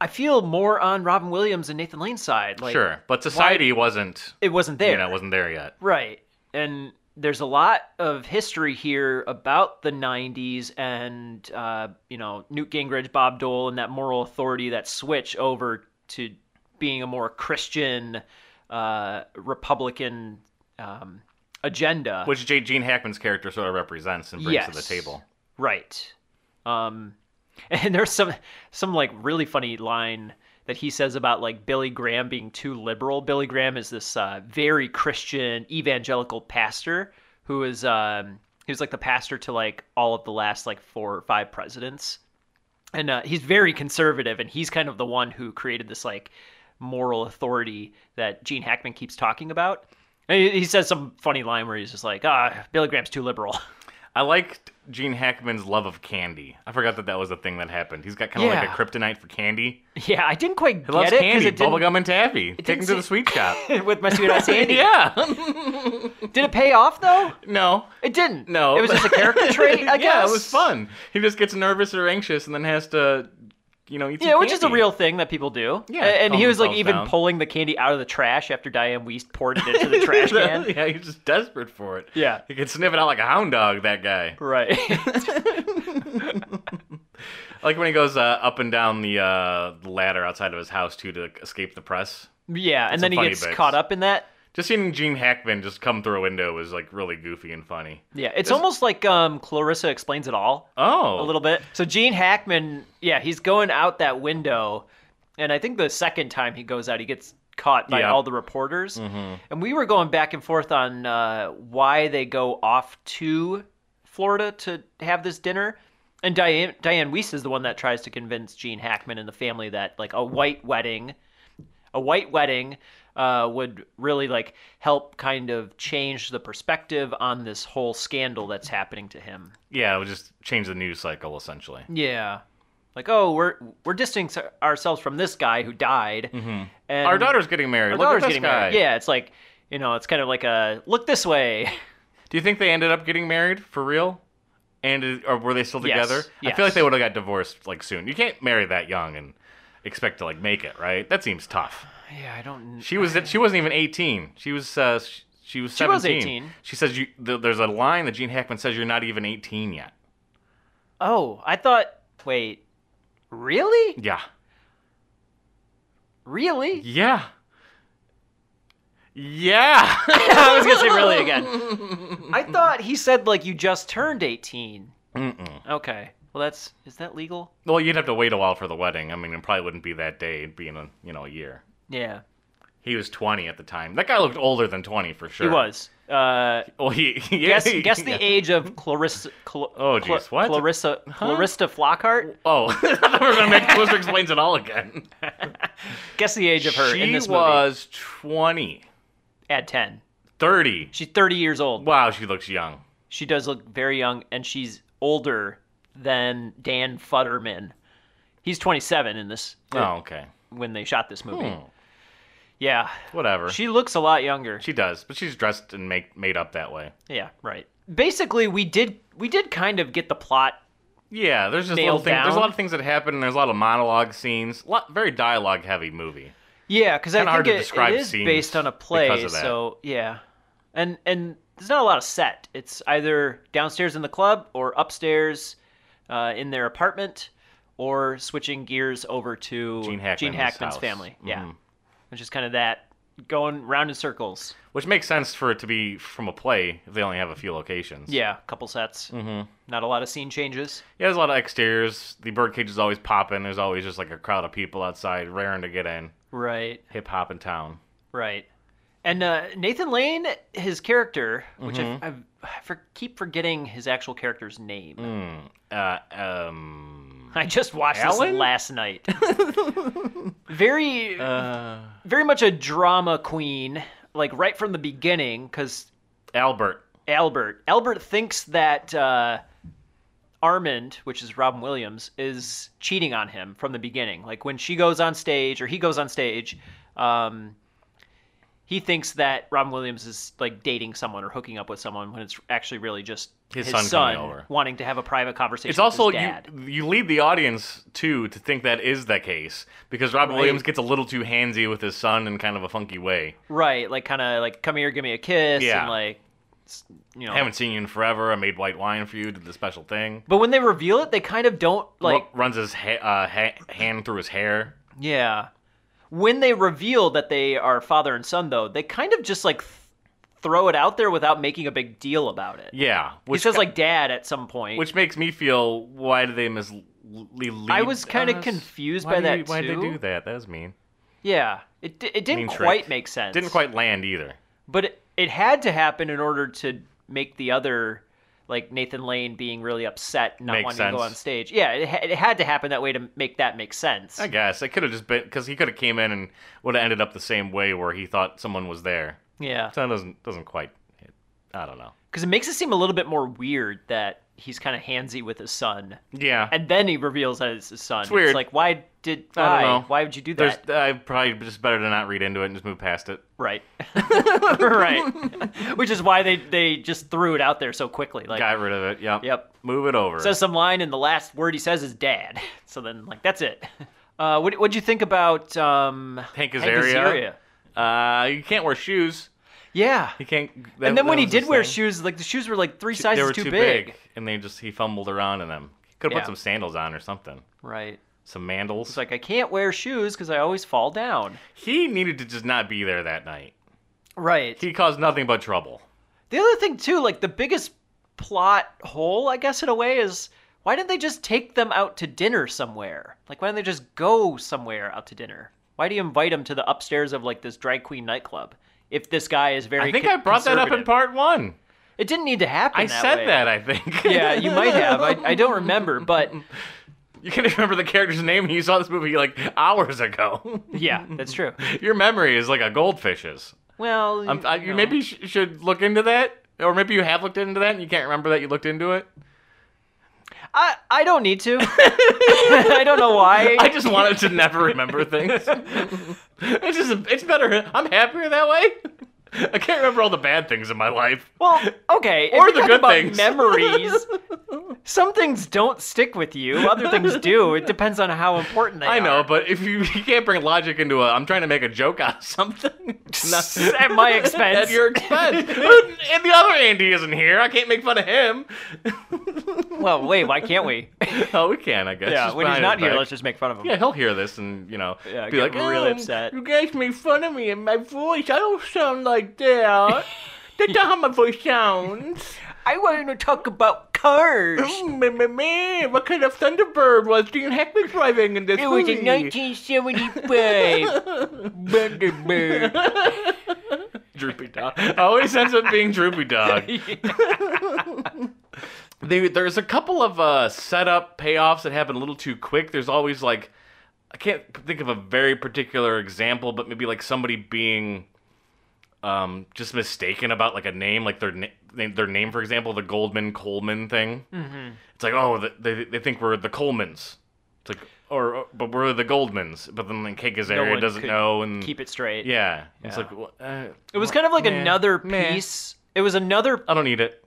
[SPEAKER 3] I feel more on Robin Williams and Nathan Lane's side. Like,
[SPEAKER 2] sure, but society wasn't.
[SPEAKER 3] it wasn't there.
[SPEAKER 2] You know, wasn't there yet.
[SPEAKER 3] Right. And there's a lot of history here about the 90s and, uh, you know, Newt Gingrich, Bob Dole, and that moral authority, that switch over to being a more Christian, uh, Republican um, agenda.
[SPEAKER 2] Which J- Gene Hackman's character sort of represents and brings to the
[SPEAKER 3] Yes.
[SPEAKER 2] table.
[SPEAKER 3] Right. Um, and there's some some like really funny line that he says about like Billy Graham being too liberal. Billy Graham is this uh, very Christian evangelical pastor who is um, he was like the pastor to like all of the last like four or five presidents, and uh, he's very conservative, and he's kind of the one who created this like moral authority that Gene Hackman keeps talking about. And he, he says some funny line where he's just like, "Ah, Billy Graham's too liberal."
[SPEAKER 2] I liked Gene Hackman's love of candy. I forgot that that was a thing that happened. He's got kind of
[SPEAKER 3] Yeah.
[SPEAKER 2] like a kryptonite for candy.
[SPEAKER 3] Yeah, I didn't quite
[SPEAKER 2] He
[SPEAKER 3] get
[SPEAKER 2] loves
[SPEAKER 3] it
[SPEAKER 2] candy,
[SPEAKER 3] it didn't-
[SPEAKER 2] bubblegum, and taffy. Take him
[SPEAKER 3] didn't
[SPEAKER 2] to the
[SPEAKER 3] se-
[SPEAKER 2] sweet shop.
[SPEAKER 3] with my sweet eye Sandy.
[SPEAKER 2] yeah.
[SPEAKER 3] Did it pay off though?
[SPEAKER 2] No.
[SPEAKER 3] It didn't.
[SPEAKER 2] No,
[SPEAKER 3] it was just a character trait. I guess.
[SPEAKER 2] yeah, it was fun. He just gets nervous or anxious and then has to, you know, eat.
[SPEAKER 3] Yeah,
[SPEAKER 2] some
[SPEAKER 3] which is a
[SPEAKER 2] candy.
[SPEAKER 3] real thing that people do.
[SPEAKER 2] Yeah,
[SPEAKER 3] A- and he
[SPEAKER 2] calm
[SPEAKER 3] was like
[SPEAKER 2] themselves
[SPEAKER 3] even
[SPEAKER 2] down.
[SPEAKER 3] pulling the candy out of the trash after Diane Weist poured it into the trash can.
[SPEAKER 2] yeah, he's just desperate for it.
[SPEAKER 3] Yeah.
[SPEAKER 2] he can sniff it out like a hound dog. That guy.
[SPEAKER 3] Right.
[SPEAKER 2] I Like when he goes uh, up and down the uh, ladder outside of his house too to escape the press.
[SPEAKER 3] yeah, and
[SPEAKER 2] Some
[SPEAKER 3] then he
[SPEAKER 2] funny
[SPEAKER 3] gets
[SPEAKER 2] bits.
[SPEAKER 3] caught up in that.
[SPEAKER 2] Just seeing Gene Hackman just come through a window was like really goofy and funny.
[SPEAKER 3] Yeah, it's almost like um, Clarissa explains it all.
[SPEAKER 2] Oh,
[SPEAKER 3] a little bit. So Gene Hackman, yeah, he's going out that window, and I think the second time he goes out, he gets caught by
[SPEAKER 2] Yeah. Mm-hmm.
[SPEAKER 3] all the reporters. And we were going back and forth on uh, why they go off to Florida to have this dinner. And Diane Diane Weiss is the one that tries to convince Gene Hackman and the family that like a white wedding, a white wedding. Uh, would really like help kind of change the perspective on this whole scandal that's happening to him.
[SPEAKER 2] Yeah, it would just change the news cycle essentially.
[SPEAKER 3] Yeah. Like, oh, we're we're distancing ourselves from this guy who died. And
[SPEAKER 2] Mm-hmm. Our daughter's getting married.
[SPEAKER 3] our
[SPEAKER 2] Look
[SPEAKER 3] daughter's
[SPEAKER 2] at this
[SPEAKER 3] getting
[SPEAKER 2] guy.
[SPEAKER 3] married. Yeah, it's like, you know, it's kind of like a look this way.
[SPEAKER 2] Do you think they ended up getting married for real? And is- or were they still
[SPEAKER 3] Yes,
[SPEAKER 2] together? I
[SPEAKER 3] yes.
[SPEAKER 2] feel like they would have got divorced like soon. You can't marry that young and expect to like make it, right? That seems tough.
[SPEAKER 3] Yeah, I don't.
[SPEAKER 2] She was she wasn't even 18. She was uh, sh- she was 17.
[SPEAKER 3] was 18.
[SPEAKER 2] She says you th- there's a line that Gene Hackman says you're not even 18 yet.
[SPEAKER 3] Oh, I thought. Wait, really?
[SPEAKER 2] Yeah.
[SPEAKER 3] Really?
[SPEAKER 2] Yeah. Yeah.
[SPEAKER 3] I was gonna say really again. I thought he said like you just turned 18 Okay. Well, that's is that legal?
[SPEAKER 2] well, you'd have to wait a while for the wedding. I mean, it probably wouldn't be that day, it'd be in a, you know, a year.
[SPEAKER 3] Yeah,
[SPEAKER 2] He was 20 at the time. That guy looked older than 20 for sure.
[SPEAKER 3] he was. Uh,
[SPEAKER 2] Well, he, yeah,
[SPEAKER 3] guess
[SPEAKER 2] he-
[SPEAKER 3] guess the
[SPEAKER 2] yeah.
[SPEAKER 3] age of Clarissa. Cla-
[SPEAKER 2] Oh,
[SPEAKER 3] Cla-
[SPEAKER 2] jeez, what?
[SPEAKER 3] Clarissa Clarissa Flockhart.
[SPEAKER 2] Oh, I thought we were gonna make Twister explains it all again.
[SPEAKER 3] Guess the age of her
[SPEAKER 2] she
[SPEAKER 3] in this movie.
[SPEAKER 2] was twenty.
[SPEAKER 3] at ten.
[SPEAKER 2] 30.
[SPEAKER 3] She's 30 years old.
[SPEAKER 2] Wow, she looks young.
[SPEAKER 3] She does look very young, and she's older than Dan Futterman. He's 27 in this.
[SPEAKER 2] Oh, Hmm. okay.
[SPEAKER 3] When they shot this movie. Yeah.
[SPEAKER 2] Whatever. She,
[SPEAKER 3] She looks a lot younger.
[SPEAKER 2] does, but she's dressed and make, made up that way.
[SPEAKER 3] Yeah, right. Basically, we did we did kind of get the plot.
[SPEAKER 2] Yeah, there's just little
[SPEAKER 3] Nailed
[SPEAKER 2] things. There's a
[SPEAKER 3] down.
[SPEAKER 2] lot of things that happen, and there's a lot of monologue scenes. A lot, very dialogue heavy movie.
[SPEAKER 3] Yeah, because I
[SPEAKER 2] Kinda
[SPEAKER 3] think
[SPEAKER 2] hard to
[SPEAKER 3] it-
[SPEAKER 2] describe
[SPEAKER 3] it is
[SPEAKER 2] scenes
[SPEAKER 3] based on a
[SPEAKER 2] because
[SPEAKER 3] play.
[SPEAKER 2] of that.
[SPEAKER 3] So yeah, and and there's not a lot of set. It's either downstairs in the club or upstairs uh, in their apartment, or switching gears over to
[SPEAKER 2] Gene Hackman's house.
[SPEAKER 3] family. Yeah,
[SPEAKER 2] Mhm.
[SPEAKER 3] which is kind of that going round in circles.
[SPEAKER 2] Which makes sense for it to be from a play if they only have a few locations.
[SPEAKER 3] Yeah, couple sets. Mm-hmm. Not a lot of scene changes.
[SPEAKER 2] Yeah, there's a lot of exteriors. The birdcage is always popping. There's always just like a crowd of people outside raring to get in.
[SPEAKER 3] Right.
[SPEAKER 2] Hip hop in town.
[SPEAKER 3] Right. And uh, Nathan Lane, his character, which
[SPEAKER 2] Mm-hmm.
[SPEAKER 3] I, I, I for, keep forgetting his actual character's name.
[SPEAKER 2] Uh, um,
[SPEAKER 3] I just watched
[SPEAKER 2] Alan?
[SPEAKER 3] this last night. very,
[SPEAKER 2] Uh.
[SPEAKER 3] very much a drama queen, like right from the beginning, because
[SPEAKER 2] Albert.
[SPEAKER 3] Albert, Albert thinks that uh, Armand, which is Robin Williams, is cheating on him from the beginning. Like when she goes on stage or he goes on stage, um, he thinks that Robin Williams is like dating someone or hooking up with someone when it's actually really just
[SPEAKER 2] His son coming over.
[SPEAKER 3] wanting to have a private conversation.
[SPEAKER 2] It's
[SPEAKER 3] with
[SPEAKER 2] also
[SPEAKER 3] his
[SPEAKER 2] you,
[SPEAKER 3] dad.
[SPEAKER 2] you lead the audience too to think that is the case because Robin Williams gets a little too handsy with his son in kind of a funky way.
[SPEAKER 3] right, like kind of like come here, give me a kiss,
[SPEAKER 2] Yeah.
[SPEAKER 3] and like s- you know.
[SPEAKER 2] I haven't seen you in forever. I made white wine for you. Did the special thing.
[SPEAKER 3] but when they reveal it, they kind of don't like.
[SPEAKER 2] Ru- runs his ha- uh, ha- hand through his hair.
[SPEAKER 3] Yeah. When they reveal that they are father and son, though, they kind of just like th- throw it out there without making a big deal about it.
[SPEAKER 2] Yeah,
[SPEAKER 3] he
[SPEAKER 2] which
[SPEAKER 3] says like dad at some point.
[SPEAKER 2] which makes me feel why did they mislead? I
[SPEAKER 3] I was kinda confused by that,
[SPEAKER 2] Why did they
[SPEAKER 3] too.
[SPEAKER 2] do that? That was mean.
[SPEAKER 3] yeah, it di- it
[SPEAKER 2] Mean
[SPEAKER 3] didn't
[SPEAKER 2] trick.
[SPEAKER 3] quite make sense.
[SPEAKER 2] Didn't quite land either.
[SPEAKER 3] But it, it had to happen in order to make the other like Nathan Lane being really upset, and not
[SPEAKER 2] Make
[SPEAKER 3] wanting to go
[SPEAKER 2] sense.
[SPEAKER 3] on stage. Yeah, it, ha- it had to happen that way to make that make sense.
[SPEAKER 2] I guess it could have just been because he could have came in and would have ended up the same way where he thought someone was there.
[SPEAKER 3] yeah,
[SPEAKER 2] So it doesn't doesn't quite. Hit. I don't know.
[SPEAKER 3] because it makes it seem a little bit more weird that he's kind of handsy with his son.
[SPEAKER 2] Yeah,
[SPEAKER 3] And then he reveals that it's his son. It's,
[SPEAKER 2] weird.
[SPEAKER 3] like, why did
[SPEAKER 2] I don't
[SPEAKER 3] why?
[SPEAKER 2] know.
[SPEAKER 3] Why would you do
[SPEAKER 2] there's
[SPEAKER 3] that?
[SPEAKER 2] I probably just better to not read into it and just move past it.
[SPEAKER 3] Right. right. Which is why they they just threw it out there so quickly. Like
[SPEAKER 2] Got rid of it. Yep.
[SPEAKER 3] Yep.
[SPEAKER 2] Move it over.
[SPEAKER 3] says some line and the last word he says is dad. So then like that's it. Uh, what what'd you think about um
[SPEAKER 2] Hank
[SPEAKER 3] Hank
[SPEAKER 2] Azaria?
[SPEAKER 3] Azaria?
[SPEAKER 2] uh, you can't wear shoes.
[SPEAKER 3] Yeah.
[SPEAKER 2] You can't. that-
[SPEAKER 3] and then
[SPEAKER 2] that
[SPEAKER 3] when he
[SPEAKER 2] was his
[SPEAKER 3] did wear
[SPEAKER 2] thing.
[SPEAKER 3] shoes, like the shoes were like three
[SPEAKER 2] Sh-
[SPEAKER 3] sizes
[SPEAKER 2] they were
[SPEAKER 3] too, big.
[SPEAKER 2] and they just he fumbled around in them. Could have
[SPEAKER 3] Yeah.
[SPEAKER 2] put some sandals on or something.
[SPEAKER 3] Right.
[SPEAKER 2] Some mandals.
[SPEAKER 3] It's like I can't wear shoes because I always fall down.
[SPEAKER 2] he needed to just not be there that night.
[SPEAKER 3] Right.
[SPEAKER 2] He caused nothing but trouble.
[SPEAKER 3] The other thing too, like the biggest plot hole, I guess in a way, is why didn't they just take them out to dinner somewhere? Like why didn't they just go somewhere out to dinner? Why do you invite them to the upstairs of like this drag queen nightclub? If this guy is very,
[SPEAKER 2] I think
[SPEAKER 3] con-
[SPEAKER 2] I brought that up in
[SPEAKER 3] conservative?
[SPEAKER 2] part one.
[SPEAKER 3] It didn't need to happen.
[SPEAKER 2] I
[SPEAKER 3] that
[SPEAKER 2] said
[SPEAKER 3] way.
[SPEAKER 2] that. I think.
[SPEAKER 3] Yeah, you might have. I, I don't remember, but
[SPEAKER 2] you can remember the character's name. You saw this movie like hours ago.
[SPEAKER 3] yeah, that's true.
[SPEAKER 2] Your memory is like a goldfish's.
[SPEAKER 3] Well,
[SPEAKER 2] I'm, I, you
[SPEAKER 3] know.
[SPEAKER 2] maybe sh- should look into that, or maybe you have looked into that and you can't remember that you looked into it.
[SPEAKER 3] I I don't need to. I don't know why.
[SPEAKER 2] I just wanted to never remember things. it's just it's better. I'm happier that way. I can't remember all the bad things in my life.
[SPEAKER 3] Well, okay. if
[SPEAKER 2] Or
[SPEAKER 3] you're
[SPEAKER 2] the
[SPEAKER 3] talking
[SPEAKER 2] good
[SPEAKER 3] about
[SPEAKER 2] things.
[SPEAKER 3] Memories. Some things don't stick with you. Other things do. It depends on how important they are.
[SPEAKER 2] I know, but if you, you can't bring logic into a, I'm trying to make a joke out of something. Not-
[SPEAKER 3] At my expense.
[SPEAKER 2] at your expense. and the other Andy isn't here. I can't make fun of him.
[SPEAKER 3] Well, wait. Why can't we?
[SPEAKER 2] oh, we can, I guess.
[SPEAKER 3] Yeah.
[SPEAKER 2] Just
[SPEAKER 3] When
[SPEAKER 2] behind
[SPEAKER 3] he's
[SPEAKER 2] his
[SPEAKER 3] not here,
[SPEAKER 2] back.
[SPEAKER 3] let's just make fun of him.
[SPEAKER 2] Yeah, he'll hear this and you know
[SPEAKER 3] Yeah,
[SPEAKER 2] be
[SPEAKER 3] get
[SPEAKER 2] like
[SPEAKER 3] really
[SPEAKER 2] "Oh,
[SPEAKER 3] upset."
[SPEAKER 2] You guys make fun of me and my voice. I don't sound like that. That's not how my voice sounds.
[SPEAKER 3] I want to talk about cars.
[SPEAKER 2] Mm, meh, meh, meh. What kind of Thunderbird was Gene Hackman driving in this
[SPEAKER 3] It was
[SPEAKER 2] movie?
[SPEAKER 3] in 1975. Thunderbird.
[SPEAKER 2] droopy dog. Always ends up being droopy dog. There- there's a couple of uh, setup payoffs that happen a little too quick. There's always like I can't think of a very particular example, but maybe like somebody being um, just mistaken about like a name, like their na- their name, for example, the Goldman Coleman thing.
[SPEAKER 3] Mhm.
[SPEAKER 2] It's like, oh, th- they they think we're the Colemans. It's like, or or- but we're the Goldmans. But then like Kate Azaria
[SPEAKER 3] one
[SPEAKER 2] doesn't
[SPEAKER 3] could
[SPEAKER 2] know and
[SPEAKER 3] keep it straight.
[SPEAKER 2] Yeah, it's
[SPEAKER 3] Yeah.
[SPEAKER 2] like wha- uh,
[SPEAKER 3] It was kind of like
[SPEAKER 2] meh,
[SPEAKER 3] another
[SPEAKER 2] meh.
[SPEAKER 3] piece. It was another.
[SPEAKER 2] I don't need it.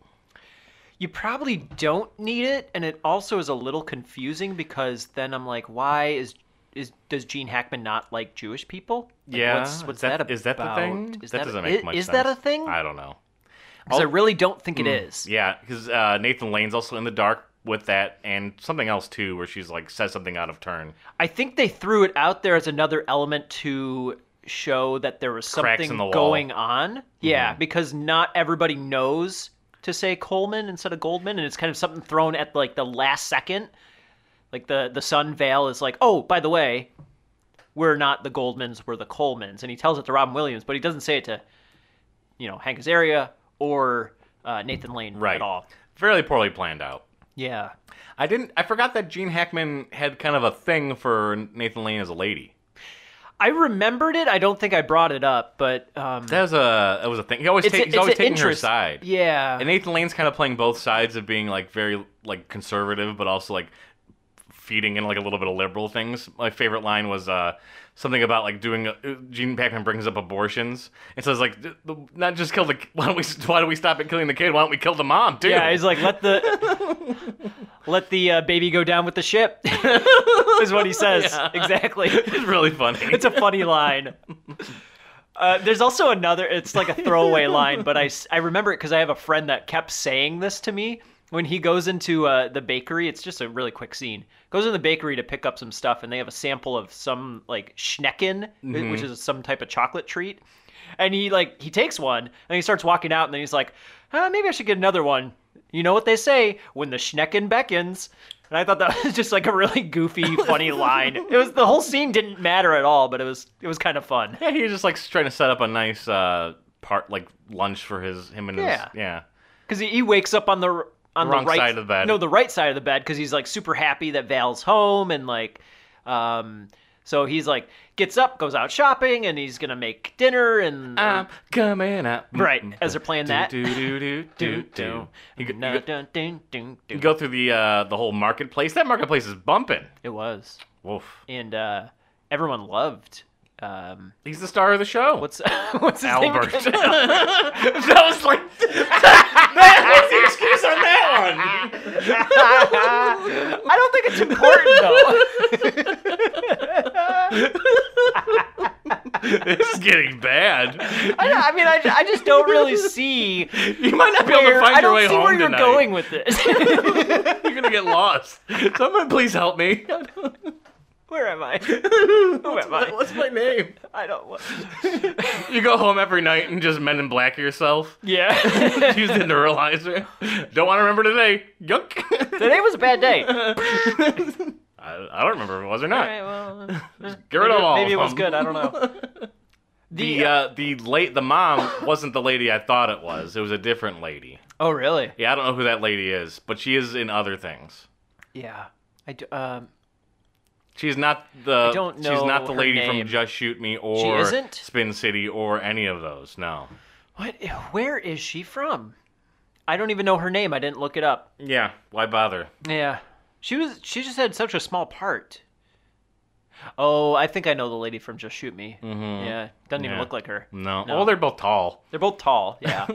[SPEAKER 3] You probably don't need it, and it also is a little confusing because then I'm like, why is is does Gene Hackman not like Jewish people? Like,
[SPEAKER 2] yeah,
[SPEAKER 3] what's, what's
[SPEAKER 2] is
[SPEAKER 3] that,
[SPEAKER 2] that, is that the
[SPEAKER 3] about?
[SPEAKER 2] thing?
[SPEAKER 3] Is
[SPEAKER 2] that,
[SPEAKER 3] that,
[SPEAKER 2] doesn't make
[SPEAKER 3] i-
[SPEAKER 2] much
[SPEAKER 3] Is
[SPEAKER 2] sense.
[SPEAKER 3] that a thing?
[SPEAKER 2] I don't know.
[SPEAKER 3] Because I
[SPEAKER 2] I'll-
[SPEAKER 3] really don't think it
[SPEAKER 2] Mm.
[SPEAKER 3] is.
[SPEAKER 2] Yeah, because uh, Nathan Lane's also in the dark with that and something else too, where she's like says something out of turn.
[SPEAKER 3] I think they threw it out there as another element to show that there was
[SPEAKER 2] Cracks in
[SPEAKER 3] something
[SPEAKER 2] the wall. Mm-hmm.
[SPEAKER 3] going on. Yeah, because not everybody knows to say Coleman instead of Goldman, and it's kind of something thrown at like the last second. Like the the Sun Veil is like, oh, by the way, we're not the Goldmans, we're the Colemans, and he tells it to Robin Williams, but he doesn't say it to, you know, Hank Azaria or uh, Nathan Lane
[SPEAKER 2] Right.
[SPEAKER 3] at all.
[SPEAKER 2] Fairly poorly planned out.
[SPEAKER 3] Yeah.
[SPEAKER 2] I didn't. I forgot that Gene Hackman had kind of a thing for Nathan Lane as a lady.
[SPEAKER 3] I remembered it. I don't think I brought it up, but um,
[SPEAKER 2] That was a that was a thing. He always
[SPEAKER 3] It's
[SPEAKER 2] ta-
[SPEAKER 3] a-
[SPEAKER 2] he's
[SPEAKER 3] it's
[SPEAKER 2] always
[SPEAKER 3] a
[SPEAKER 2] taking her
[SPEAKER 3] interest.
[SPEAKER 2] side.
[SPEAKER 3] yeah.
[SPEAKER 2] And Nathan Lane's kind of playing both sides of being like very like conservative, but also like feeding in like a little bit of liberal things. My favorite line was uh, something about like doing uh, Gene Hackman brings up abortions and says like, "D- the- not just kill the why don't we why don't we stop at killing the kid? Why don't we kill the mom too?
[SPEAKER 3] Yeah, he's like, let the let the uh, baby go down with the ship. is what he says exactly.
[SPEAKER 2] it's really funny.
[SPEAKER 3] It's a funny line. Uh, there's also another. It's like a throwaway line, but I s- I remember it because I have a friend that kept saying this to me when he goes into uh, the bakery. It's just a really quick scene. Goes in the bakery to pick up some stuff, and they have a sample of some like schnecken, wh-
[SPEAKER 2] Mhm.
[SPEAKER 3] which is some type of chocolate treat. And he like he takes one and he starts walking out, and then he's like, uh, maybe I should get another one. You know what they say when the schnecken beckons. And I thought that was just like a really goofy, funny line. It was the whole scene didn't matter at all, but it was it was kind of fun.
[SPEAKER 2] yeah, he was just like trying to set up a nice uh, part like lunch for his him and
[SPEAKER 3] Yeah.
[SPEAKER 2] his yeah.
[SPEAKER 3] because he, he wakes up on the r- on
[SPEAKER 2] Wrong
[SPEAKER 3] the right
[SPEAKER 2] side of the bed.
[SPEAKER 3] No, the right side of the bed because he's like super happy that Val's home and like, um, so he's like gets up, goes out shopping, and he's gonna make dinner and
[SPEAKER 2] I'm coming up.
[SPEAKER 3] Um, right as they're playing that.
[SPEAKER 2] Do do do do do. You go,
[SPEAKER 3] Dun,
[SPEAKER 2] you go,
[SPEAKER 3] dun, dun, dun,
[SPEAKER 2] you
[SPEAKER 3] dun.
[SPEAKER 2] go through the uh, the whole marketplace. That marketplace is bumping.
[SPEAKER 3] It was,
[SPEAKER 2] Woof.
[SPEAKER 3] and uh, everyone loved. Um,
[SPEAKER 2] He's the star of the show.
[SPEAKER 3] what's what's his
[SPEAKER 2] Albert?
[SPEAKER 3] Name?
[SPEAKER 2] that was like that was the excuse on that one.
[SPEAKER 3] I don't think it's important though.
[SPEAKER 2] This is getting bad.
[SPEAKER 3] I, don't- I mean, I, I just don't really see.
[SPEAKER 2] You might not be able to
[SPEAKER 3] where-
[SPEAKER 2] find
[SPEAKER 3] I don't
[SPEAKER 2] your way
[SPEAKER 3] see
[SPEAKER 2] home
[SPEAKER 3] where you're
[SPEAKER 2] tonight.
[SPEAKER 3] going with this.
[SPEAKER 2] You're gonna get lost. Someone please help me.
[SPEAKER 3] Where am I? Who am I?
[SPEAKER 2] What's my name?
[SPEAKER 3] I don't want.
[SPEAKER 2] You go home every night and just men in black yourself.
[SPEAKER 3] Yeah.
[SPEAKER 2] Use the neuralizer. Don't want to remember today. Yuck.
[SPEAKER 3] Today was a bad day. All
[SPEAKER 2] I, I don't remember if it was or not.
[SPEAKER 3] right, well,
[SPEAKER 2] Get rid of um, all.
[SPEAKER 3] maybe it
[SPEAKER 2] of
[SPEAKER 3] was
[SPEAKER 2] them.
[SPEAKER 3] good. I don't know.
[SPEAKER 2] The uh, the late the mom wasn't the lady I thought it was. It was a different lady.
[SPEAKER 3] Oh, really?
[SPEAKER 2] Yeah, I don't know who that lady is, but she is in other things.
[SPEAKER 3] Yeah. I do, um,
[SPEAKER 2] She's not the
[SPEAKER 3] I don't
[SPEAKER 2] she's
[SPEAKER 3] know
[SPEAKER 2] not the
[SPEAKER 3] her
[SPEAKER 2] lady
[SPEAKER 3] name.
[SPEAKER 2] from Just Shoot Me or
[SPEAKER 3] isn't?
[SPEAKER 2] Spin City or any of those. No.
[SPEAKER 3] what? Where is she from? I don't even know her name. I didn't look it up.
[SPEAKER 2] Yeah, why bother?
[SPEAKER 3] Yeah. She was. She just had such a small part. Oh, I think I know the lady from Just Shoot Me. Mm-hmm. Yeah. Doesn't even
[SPEAKER 2] Yeah.
[SPEAKER 3] look like her.
[SPEAKER 2] No.
[SPEAKER 3] No.
[SPEAKER 2] Well, they're both tall.
[SPEAKER 3] They're both tall. Yeah.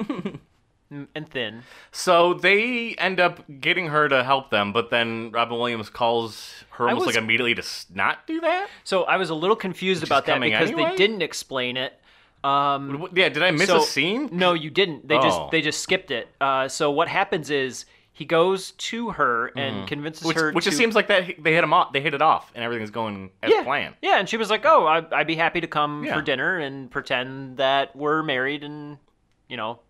[SPEAKER 3] Mm, and thin.
[SPEAKER 2] So they end up getting her to help them, but then Robin Williams calls her
[SPEAKER 3] I
[SPEAKER 2] almost
[SPEAKER 3] was-
[SPEAKER 2] like immediately to s- not do that.
[SPEAKER 3] So I was a little confused
[SPEAKER 2] Which is
[SPEAKER 3] about that
[SPEAKER 2] coming
[SPEAKER 3] because
[SPEAKER 2] anyway?
[SPEAKER 3] they didn't explain it. Um,
[SPEAKER 2] What- Yeah, did I miss
[SPEAKER 3] So-
[SPEAKER 2] a scene?
[SPEAKER 3] No, you didn't. They
[SPEAKER 2] Oh.
[SPEAKER 3] just they just skipped it. Uh, so what happens is he goes to her and convinces
[SPEAKER 2] Mm-hmm. Which,
[SPEAKER 3] her.
[SPEAKER 2] which
[SPEAKER 3] to,
[SPEAKER 2] it seems like that they hit him off. They hit it off, and everything's going as
[SPEAKER 3] yeah,
[SPEAKER 2] planned.
[SPEAKER 3] Yeah, and she was like, "Oh, I, I'd be happy to come
[SPEAKER 2] Yeah.
[SPEAKER 3] for dinner and pretend that we're married and you know."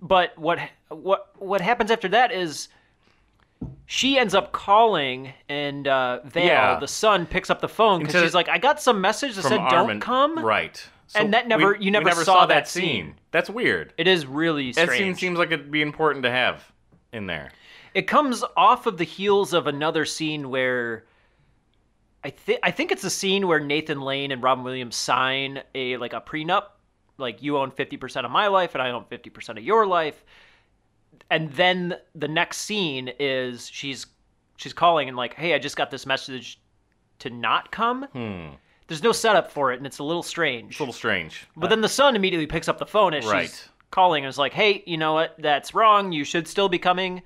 [SPEAKER 3] But what what what happens after that is. She ends up calling, and uh, Vale,
[SPEAKER 2] Yeah.
[SPEAKER 3] the son, picks up the phone because
[SPEAKER 2] Into-
[SPEAKER 3] she's like, "I got some message that
[SPEAKER 2] From
[SPEAKER 3] said
[SPEAKER 2] Armin,
[SPEAKER 3] don't come."
[SPEAKER 2] right? So
[SPEAKER 3] And that never-
[SPEAKER 2] we-
[SPEAKER 3] you never
[SPEAKER 2] we never
[SPEAKER 3] saw that
[SPEAKER 2] scene.
[SPEAKER 3] scene.
[SPEAKER 2] That's weird.
[SPEAKER 3] It is really strange.
[SPEAKER 2] That scene seems like it'd be important to have in there.
[SPEAKER 3] It comes off of the heels of another scene where I think I think it's a scene where Nathan Lane and Robin Williams sign a like a prenup like you own 50% of my life and I own 50% of your life. And then the next scene is she's she's calling and like, "Hey, I just got this message to not come."
[SPEAKER 2] Hmm.
[SPEAKER 3] There's no setup for it and it's a little strange.
[SPEAKER 2] It's a little strange.
[SPEAKER 3] But then the son immediately picks up the phone as she's
[SPEAKER 2] Right.
[SPEAKER 3] calling and is like, "Hey, you know what? That's wrong. You should still be coming."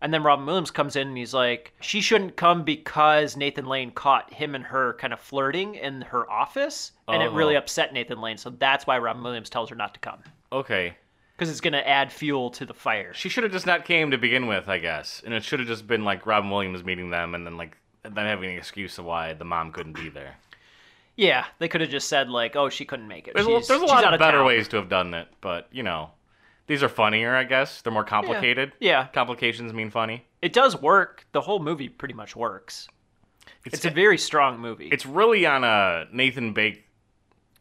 [SPEAKER 3] And then Robin Williams comes in and he's like, "She shouldn't come because Nathan Lane caught him and her kind of flirting in her office, and it
[SPEAKER 2] Oh.
[SPEAKER 3] really upset Nathan Lane. So that's why Robin Williams tells her not to come
[SPEAKER 2] Okay.
[SPEAKER 3] because it's going to add fuel to the fire."
[SPEAKER 2] She should have just not came to begin with, I guess. And it should have just been like Robin Williams meeting them and then like them having an excuse of why the mom couldn't be there.
[SPEAKER 3] Yeah, they could have just said like, "Oh, she couldn't make it.
[SPEAKER 2] There's,
[SPEAKER 3] she's,
[SPEAKER 2] a, there's a
[SPEAKER 3] she's
[SPEAKER 2] lot
[SPEAKER 3] out
[SPEAKER 2] of better
[SPEAKER 3] town."
[SPEAKER 2] ways to have done it, but you know, these are funnier, I guess. They're more complicated.
[SPEAKER 3] Yeah.
[SPEAKER 2] Complications mean funny.
[SPEAKER 3] It does work. The whole movie pretty much works. It's, a very strong movie.
[SPEAKER 2] It's really on a Nathan Bake.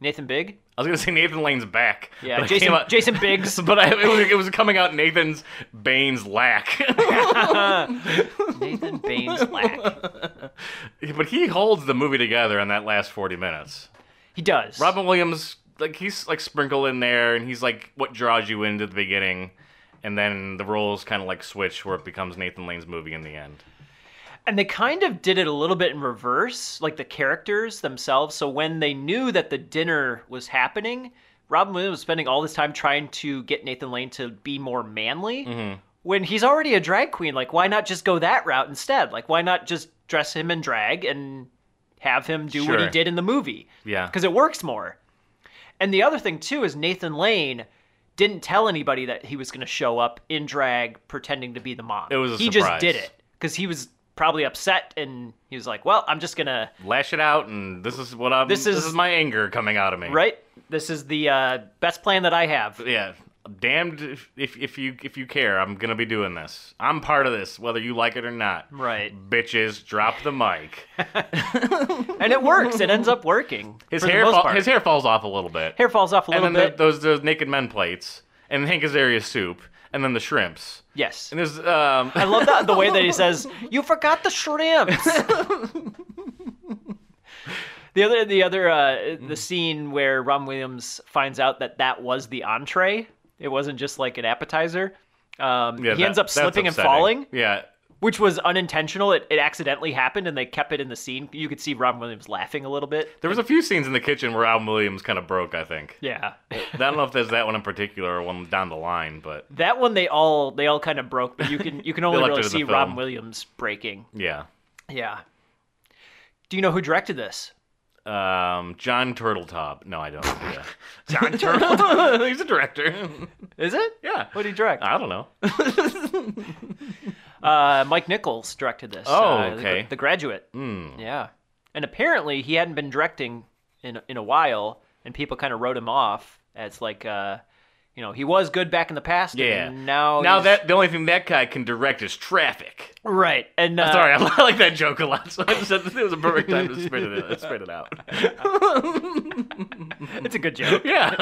[SPEAKER 3] Nathan Big.
[SPEAKER 2] I was gonna say Nathan Lane's back.
[SPEAKER 3] Yeah,
[SPEAKER 2] but it
[SPEAKER 3] Jason,
[SPEAKER 2] came out-
[SPEAKER 3] Jason Biggs.
[SPEAKER 2] But I, it, was, it was coming out Nathan's Bane's lack.
[SPEAKER 3] Nathan Baines Black.
[SPEAKER 2] but he holds the movie together in that last 40 minutes.
[SPEAKER 3] He does.
[SPEAKER 2] Robin Williams, like he's like sprinkled in there, and he's like what draws you into the beginning, and then the roles kind of like switch where it becomes Nathan Lane's movie in the end.
[SPEAKER 3] and they kind of did it a little bit in reverse, like the characters themselves. So when they knew that the dinner was happening, Robin Williams was spending all this time trying to get Nathan Lane to be more manly.
[SPEAKER 2] Mm-hmm.
[SPEAKER 3] When he's already a drag queen, like why not just go that route instead? Like why not just dress him in drag and have him do what he
[SPEAKER 2] Sure.
[SPEAKER 3] did in the movie?
[SPEAKER 2] Yeah.
[SPEAKER 3] because it works more. And the other thing too is Nathan Lane didn't tell anybody that he was going to show up in drag pretending to be the mom.
[SPEAKER 2] It was a
[SPEAKER 3] he just
[SPEAKER 2] surprise.
[SPEAKER 3] did it because he was probably upset and he was like, "Well, I'm just gonna
[SPEAKER 2] Lash it out, and this is what I'm.
[SPEAKER 3] This
[SPEAKER 2] This is,
[SPEAKER 3] is-
[SPEAKER 2] my anger coming out of me.
[SPEAKER 3] right. This is the uh, best plan that I have."
[SPEAKER 2] Yeah. Damned if, if if you if you care, I'm gonna be doing this. I'm part of this, whether you like it or not.
[SPEAKER 3] Right,
[SPEAKER 2] Bitches, drop the mic.
[SPEAKER 3] and it works. It ends up working.
[SPEAKER 2] His
[SPEAKER 3] for
[SPEAKER 2] hair,
[SPEAKER 3] the most
[SPEAKER 2] fall-
[SPEAKER 3] part.
[SPEAKER 2] his hair falls off a little bit.
[SPEAKER 3] Hair falls off a
[SPEAKER 2] and
[SPEAKER 3] little
[SPEAKER 2] then the-
[SPEAKER 3] bit.
[SPEAKER 2] those those naked men plates, and Hank Azaria's soup, and then the shrimps.
[SPEAKER 3] yes,
[SPEAKER 2] And there's um.
[SPEAKER 3] I love that the way that he says, "You forgot the shrimps." the other, the other, uh, the
[SPEAKER 2] Mm.
[SPEAKER 3] scene where Ron Williams finds out that that was the entree. It wasn't just like an appetizer. Um,
[SPEAKER 2] Yeah,
[SPEAKER 3] he ends
[SPEAKER 2] that-
[SPEAKER 3] up
[SPEAKER 2] that's
[SPEAKER 3] slipping and
[SPEAKER 2] upsetting.
[SPEAKER 3] falling,
[SPEAKER 2] Yeah.
[SPEAKER 3] which was unintentional. It, it accidentally happened, and they kept it in the scene. You could see Ron Williams laughing a little bit.
[SPEAKER 2] There was a few scenes in the kitchen where Al Williams kind of broke, I think.
[SPEAKER 3] Yeah,
[SPEAKER 2] I don't know if there's that one in particular or one down the line, but
[SPEAKER 3] that one they all they all kind of broke, but you can you can only
[SPEAKER 2] left
[SPEAKER 3] really
[SPEAKER 2] it in the
[SPEAKER 3] see Ron
[SPEAKER 2] film.
[SPEAKER 3] Williams breaking.
[SPEAKER 2] yeah.
[SPEAKER 3] Yeah. Do you know who directed this?
[SPEAKER 2] Um, John Turtletop. No, I don't. Yeah. John Turtletop. He's a director.
[SPEAKER 3] Is it?
[SPEAKER 2] Yeah.
[SPEAKER 3] What did he direct?
[SPEAKER 2] I don't know.
[SPEAKER 3] Uh, Mike Nichols directed this.
[SPEAKER 2] Oh,
[SPEAKER 3] uh, The,
[SPEAKER 2] okay. Hmm.
[SPEAKER 3] Gra- The Graduate. Yeah. And apparently he hadn't been directing in in a while, and people kind of wrote him off as like, uh, you know, he was good back in the past.
[SPEAKER 2] Yeah.
[SPEAKER 3] And now
[SPEAKER 2] now
[SPEAKER 3] Oh, he's-
[SPEAKER 2] that the only thing that guy can direct is traffic.
[SPEAKER 3] right and uh,
[SPEAKER 2] Sorry, I like that joke a lot. So I just said it was a perfect time to spit it, spit it out.
[SPEAKER 3] it's a good joke.
[SPEAKER 2] Yeah.